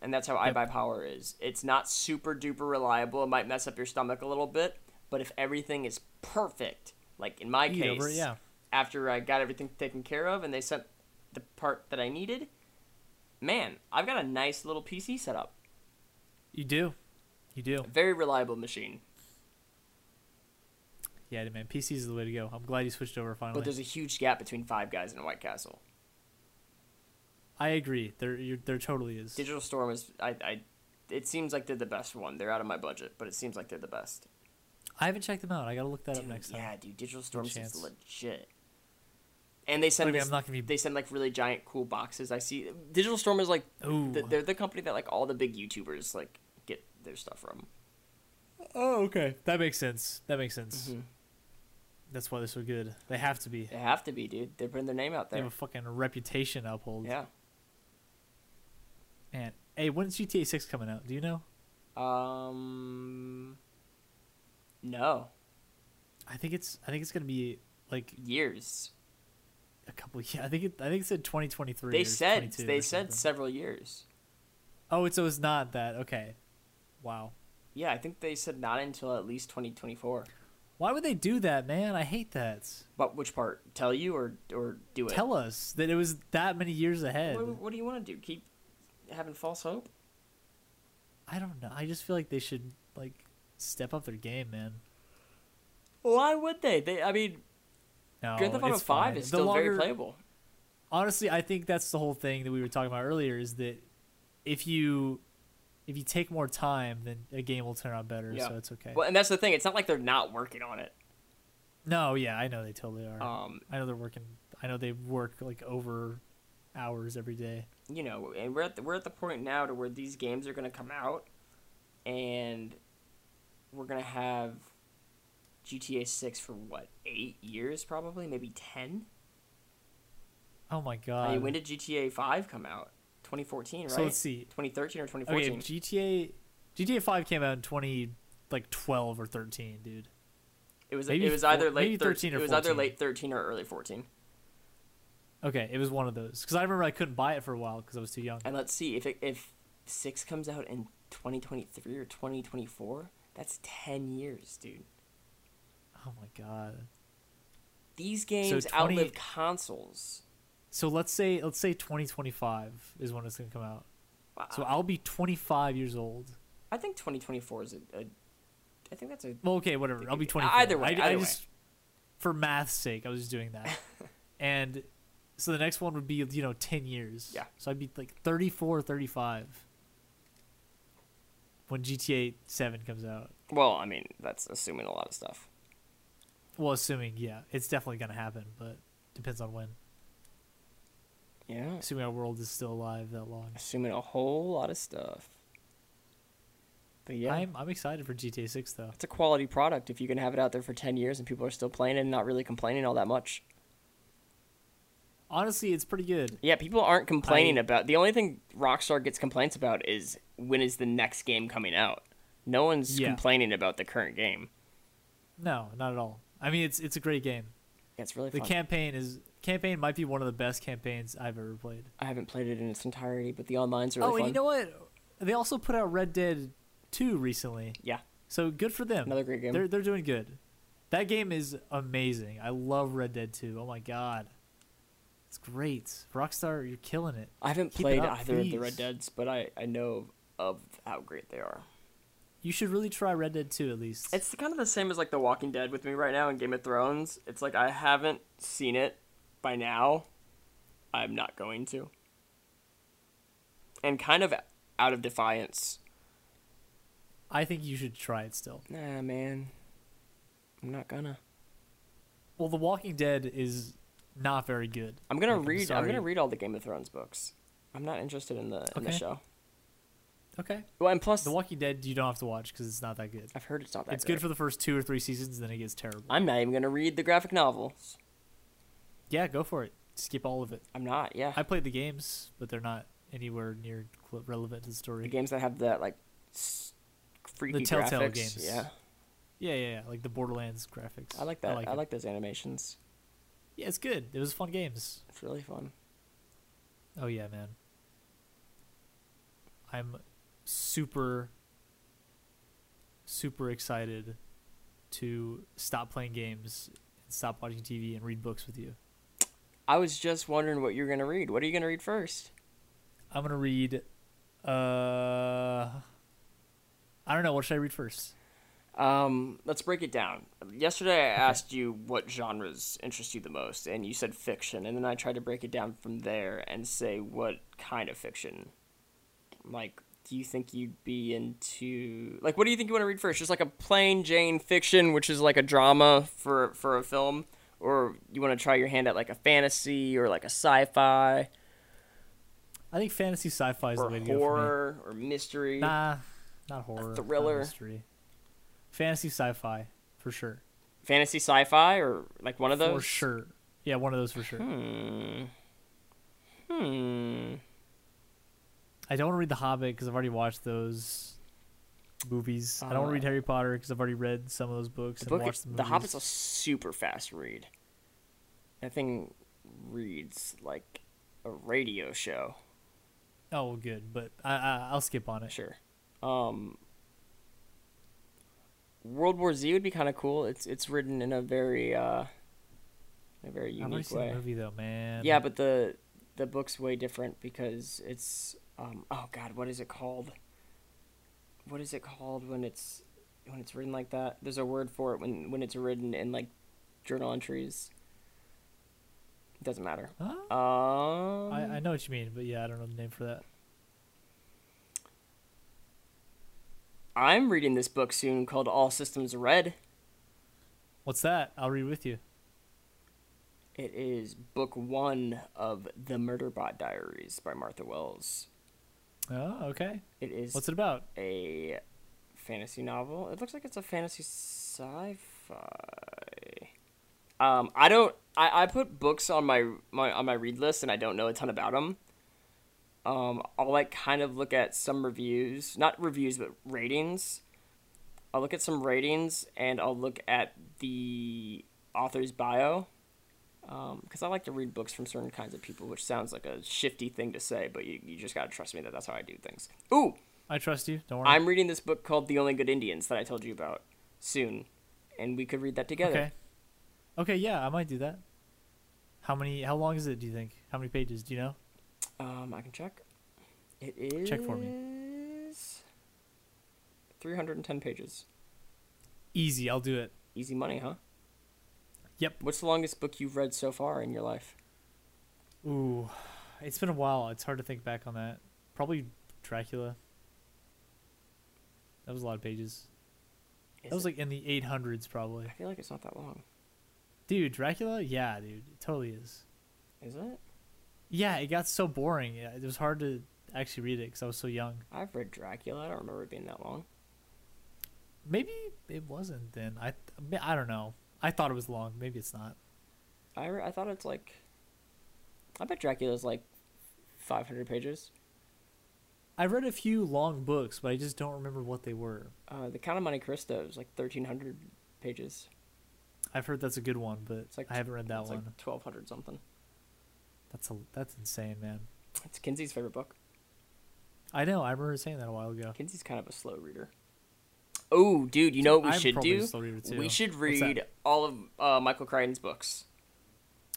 And that's how I Yep. buy power is. It's not super duper reliable. It might mess up your stomach a little bit, but if everything is perfect, like in my Eat case, over it, yeah. after I got everything taken care of and they sent the part that I needed, man, I've got a nice little PC setup. you do, you do. Very reliable machine. Yeah, man. PCs is the way to go. I'm glad you switched over finally. But there's a huge gap between Five Guys and White Castle. I agree. There, you're, there totally is. Digital Storm is I, I it seems like they're the best one. They're out of my budget, but it seems like they're the best. I haven't checked them out. I gotta look that Dude, up next time. yeah, dude, Digital Storm is chance. legit. And they send Okay, this- I'm not gonna be- they send like really giant cool boxes. I see Digital Storm is like Ooh. th- they're the company that like all the big YouTubers like get their stuff from. Oh, okay. That makes sense. That makes sense. Mm-hmm. That's why they're so good. They have to be. They have to be, dude. They're putting their name out They have there. a fucking reputation to uphold. Yeah. Man, hey, when's GTA 6 coming out? Do you know? Um no. I think it's I think it's gonna be like Years. a couple. Yeah, I think it, I think it said 2023. They or said 22 they or said something. several years. Oh, it's, so it's not that. Okay, wow. Yeah, I think they said not until at least 2024. Why would they do that, man? I hate that. But which part? Tell you or or do it? Tell us that it was that many years ahead. What, what do you want to do? Keep having false hope? I don't know. I just feel like they should like step up their game, man. Why would they? They I mean, No, Grand Theft Auto it's Five fine. is The still very longer- playable. honestly i think that's the whole thing that we were talking about earlier is that if you if you take more time then a game will turn out better Yeah. so it's okay Well, and that's the thing. It's not like they're not working on it. no yeah i know they totally are Um, i know they're working i know they work like over hours every day you know, and we're at the, we're at the point now to where these games are going to come out, and we're going to have GTA Six for what eight years, probably maybe ten. oh my god I mean, when did GTA Five come out? 2014, right? so let's see 2013 or 2014. okay gta gta 5 came out in 20 like 12 or 13 dude it was maybe it was four- either late maybe 13 13 or It was either 14. late 13 or early 14. okay it was one of those because i remember i couldn't buy it for a while because i was too young And let's see if it, if Six comes out in 2023 or 2024. That's 10 years, dude. oh my god These games 20 outlive consoles. so let's say let's say 2025 is when it's gonna come out Wow. So I'll be 25 years old. I think 2024 is a, a. I think that's a. Well, okay, whatever. Think I'll it- be 24. either way, I, I either way. just, for math's sake, I was just doing that. and so the next one would be, you know, 10 years. Yeah. So I'd be like 34, 35 when GTA 7 comes out. Well, I mean, that's assuming a lot of stuff. Well, assuming, yeah, it's definitely going to happen, but depends on when. Yeah. Assuming our world is still alive that long. Assuming a whole lot of stuff. But yeah, I'm, I'm excited for GTA 6, though. it's a quality product if you can have it out there for 10 years and people are still playing it and not really complaining all that much. Honestly, it's pretty good. Yeah, people aren't complaining about. The only thing Rockstar gets complaints about is when is the next game coming out. No one's Yeah. complaining about the current game. No, not at all. I mean, it's it's a great game. It's really The fun. campaign is campaign might be one of the best campaigns I've ever played. I haven't played it in its entirety, but the online's really oh, fun. and you know what? They also put out Red Dead 2 recently. yeah, So good for them. Another great game. They're they're doing good. That game is amazing. I love Red Dead 2. Oh my god. It's great. Rockstar, you're killing it. I haven't Keep it played up, either of the please. Red Deads, but I, I know of how great they are. You should really try Red Dead 2 at least. It's kind of the same as like The Walking Dead with me right now in Game of Thrones. It's like I haven't seen it by now. I'm not going to. And kind of out of defiance. I think you should try it still. Nah, man. I'm not gonna. Well, The Walking Dead is not very good. I'm gonna Like, I'm read. I'm, sorry. gonna read all the Game of Thrones books. I'm not interested in the in the Okay. show. Okay. Well, and plus, The Walking Dead you don't have to watch cuz it's not that good. I've heard it's not that. It's good for the first 2 or 3 seasons then it gets terrible. I'm not even gonna read the graphic novels. Yeah, go for it. Skip all of it. I'm not. Yeah. I played the games, but they're not anywhere near cl- relevant to the story. the games that have that like s- freaky Telltale graphics. games. Yeah, Yeah, yeah, yeah, like the Borderlands graphics. I like that. I like, it. those animations. Yeah, it's good. It was fun games. It's really fun. Oh yeah, man. I'm super, super excited to stop playing games and stop watching TV and read books with you. I was just wondering what you're gonna read. What are you gonna read first? I'm gonna read. Uh, I don't know. What should I read first? Um, let's break it down. Yesterday, I asked you what genres interest you the most, and you said fiction, and then I tried to break it down from there and say what kind of fiction. Like, do you think you'd be into like what do you think you want to read first? Just like a plain Jane fiction, which is like a drama for for a film, or you want to try your hand at like a fantasy or like a sci-fi I think fantasy sci-fi is or the way to go for me. horror or mystery. Nah, not horror. not thriller. mystery. Fantasy sci-fi, for sure. Fantasy sci-fi or like one of For those. sure. Yeah, one of those for sure. Hmm. Hmm. I don't want to read The Hobbit because I've already watched those movies. I don't want to read Uh, Harry Potter because I've already read some of those books The and book, watched the movies. The Hobbit's a super fast read. That thing reads like a radio show. Oh, well, good, but I, I I'll skip on it. Sure. Um, World War Z would be kind of cool. It's it's written in a very uh, in a very I've already unique seen way. the movie though, man. Yeah, but the the book's way different because it's um oh god, what is it called? What is it called when it's when it's written like that? There's a word for it when when it's written in like journal entries. It doesn't matter. Huh? Um, I, I know what you mean, but yeah, I don't know the name for that. I'm reading this book soon called All Systems Red. What's that? I'll read with you. It is book one of The Murderbot Diaries by Martha Wells. Oh, okay. It is What's it about? a fantasy novel. It looks like it's a fantasy sci-fi. Um, I don't. I, I put books on my, my on my read list, and I don't know a ton about them. Um, I'll like kind of look at some reviews, not reviews, but ratings. I'll look at some ratings, and I'll look at the author's bio, because I like to read books from certain kinds of people, which sounds like a shifty thing to say, but you, you just gotta trust me that that's how I do things. Ooh, I trust you. Don't worry. I'm reading this book called The Only Good Indians that I told you about soon, and we could read that together. okay. Okay, yeah, I might do that. How many? How long is it? Do you think? How many pages? Do you know? Um, I can check. It is Check for me. Three hundred and ten pages. Easy. I'll do it. Easy money, huh? Yep. What's the longest book you've read so far in your life? Ooh, it's been a while. It's hard to think back on that. Probably Dracula. That was a lot of pages. Is that was it- like in the 800s, probably. I feel like it's not that long. Dude, Dracula? Yeah, dude, it totally is. Is it? Yeah, it got so boring. yeah, It was hard to actually read it because I was so young. I've read Dracula. I don't remember it being that long. Maybe it wasn't then. I th- I don't know. I thought it was long. Maybe it's not. I re- I thought it's like. I bet Dracula's like five hundred pages. I read a few long books, but I just don't remember what they were. Uh, the Count of Monte Cristo is like thirteen hundred pages. I've heard that's a good one, but It's like I haven't read that it's one. like twelve hundred something. That's a that's insane, man. It's Kinsey's favorite book. I know. I remember saying that a while ago. Kinsey's kind of a slow reader. Oh, dude, you know what we I'm should probably do? a slow reader, too. We should What's that? read all of uh, Michael Crichton's books.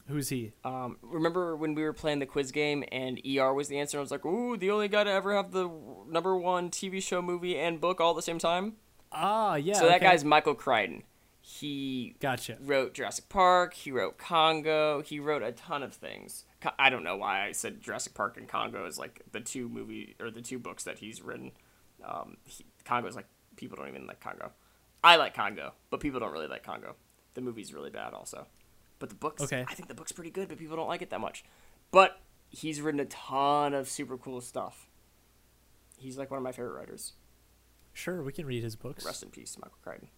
Who's he? Um, remember when we were playing the quiz game and ER was the answer? And I was like, ooh, the only guy to ever have the number one TV show, movie, and book all at the same time? Ah, yeah. so that okay. guy's Michael Crichton. He gotcha. wrote Jurassic Park, he wrote Congo, he wrote a ton of things. Co- I don't know why I said Jurassic Park and Congo is like the two movie or the two books that he's written. Um, he, Congo is like people don't even like Congo. I like Congo, but people don't really like Congo. The movie's really bad also. But the book's Okay. I think the book's pretty good, but people don't like it that much. But he's written a ton of super cool stuff. He's like one of my favorite writers. Sure, we can read his books. Rest in peace, Michael Crichton.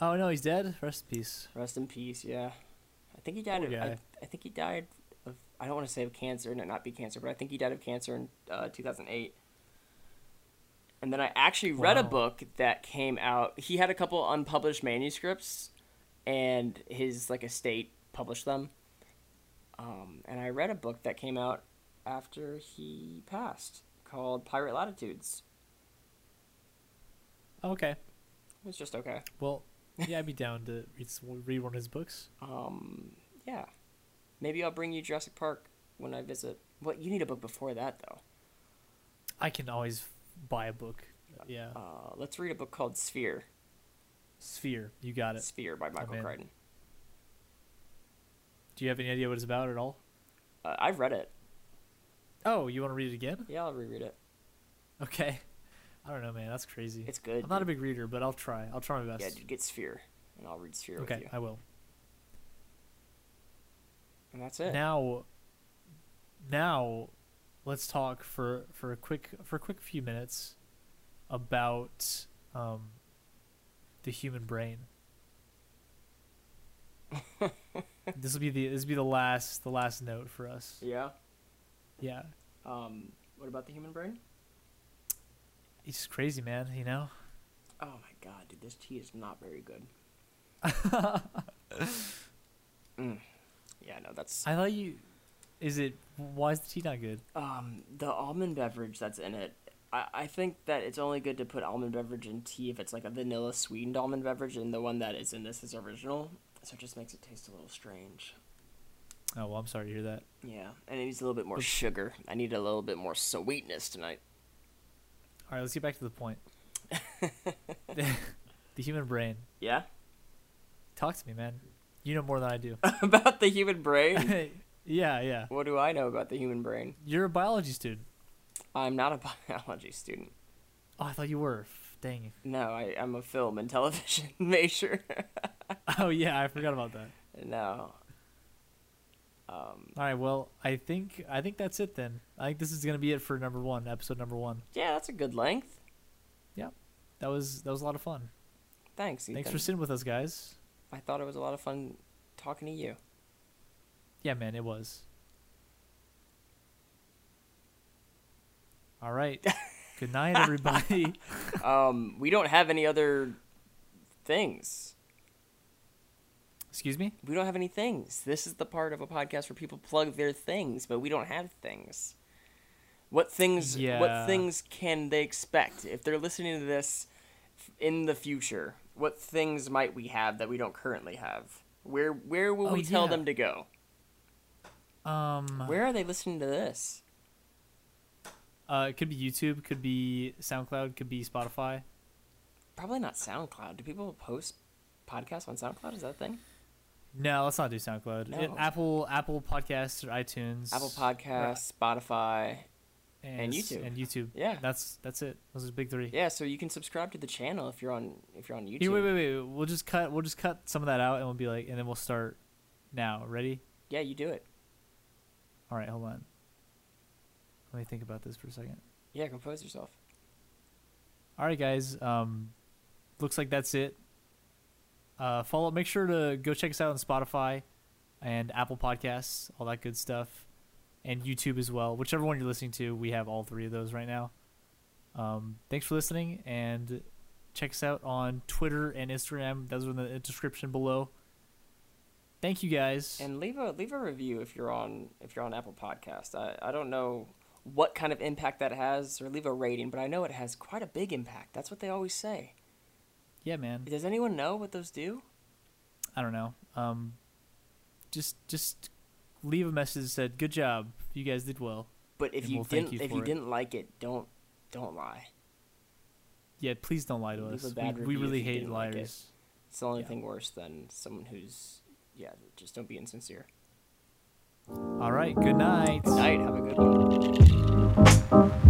oh no, he's dead. Rest in peace. Rest in peace. Yeah, I think he died. Of, I, guy. I think he died of. I don't want to say of cancer and it not be cancer, but I think he died of cancer in uh, 2008. And then I actually read a Wow. book that came out. He had a couple unpublished manuscripts, and his like estate published them. Um, and I read a book that came out after he passed called Pirate Latitudes. Okay. It was just okay. Well, yeah, I'd be down to read, s- read one of his books. Um, yeah. Maybe I'll bring you Jurassic Park when I visit. What you need a book before that though. I can always buy a book. Yeah. Uh, let's read a book called Sphere. Sphere. You got it. Sphere by Michael in. Crichton. Do you have any idea what it's about at all? Uh, I've read it. Oh, you want to read it again? Yeah, I'll reread it. Okay. I don't know, man. That's crazy. It's good. I'm not a dude. big reader, but I'll try. I'll try my yeah, best. dude, get Sphere, and I'll read Sphere with okay, you. I will. And that's it. Now, now, let's talk for for a quick for a quick few minutes about um, the human brain. this will be the this will be the last the last note for us. yeah. Yeah, Um, what about the human brain? it's just crazy, man. You know. Oh my god, dude, this tea is not very good. Mm. yeah, no, that's I thought you. Is it? Why is the tea not good? um the almond beverage that's in it. I, I think that it's only good to put almond beverage in tea if it's like a vanilla sweetened almond beverage, and the one that is in this is original, so it just makes it taste a little strange. Oh well, I'm sorry to hear that. Yeah, and it needs a little bit more But- sugar. I need a little bit more sweetness tonight. All right, let's get back to the point. the human brain. Yeah, Talk to me, man. You know more than I do. about the human brain. yeah, yeah. what do I know about the human brain? You're a biology student. I'm not a biology student. Oh, I thought you were. F- Dang. No, I, I'm a film and television major. Oh yeah, I forgot about that. no. Um, All right, well, I think I think that's it then. I think this is gonna be it for number one, episode number one. yeah, that's a good length. That was that was a lot of fun. Thanks, Ethan. Thanks for sitting with us, guys. I thought it was a lot of fun talking to you. Yeah, man, it was. All right. Good night, everybody. um, we don't have any other things. Excuse me. We don't have any things. This is the part of a podcast where people plug their things, but we don't have things. What things? Yeah. What things can they expect if they're listening to this f- in the future? What things might we have that we don't currently have? Where Where will Oh, we tell yeah. them to go? Um, Where are they listening to this? uh, it could be YouTube, could be SoundCloud, could be Spotify. Probably not SoundCloud. Do people post podcasts on SoundCloud? Is that a thing? No, let's not do SoundCloud. No. It- Apple, Apple Podcasts or iTunes, Apple Podcasts, Spotify. and s- YouTube. and YouTube. Yeah. that's that's it. Those are the big three. Yeah, so you can subscribe to the channel if you're on if you're on YouTube. Here, wait, wait, wait. We'll just cut. We'll just cut some of that out, and we'll be like, and then we'll start now. Ready? Yeah, you do it. All right, hold on. Let me think about this for a second. Yeah, compose yourself. All right, guys. Um, looks like that's it. Uh, follow. Make sure to go check us out on Spotify and Apple Podcasts, all that good stuff, and YouTube as well. Whichever one you're listening to, we have all three of those right now. Um, thanks for listening, and check us out on Twitter and Instagram. Those are in the description below. Thank you, guys. And leave a leave a review if you're on if you're on Apple Podcast. I, I don't know what kind of impact that has or leave a rating, but I know it has quite a big impact. That's what they always say. yeah, man. Does anyone know what those do? I don't know. Um, just just leave a message that said, "Good job, you guys did well." But if And you we'll thank didn't you if for you it. didn't like it, don't don't lie. Yeah, please don't lie to Leave a us. bad We, we review if really you hate didn't like it. liars. It's the only Yeah. thing worse than someone who's yeah, just don't be insincere. All right, good night. Night, have a good one.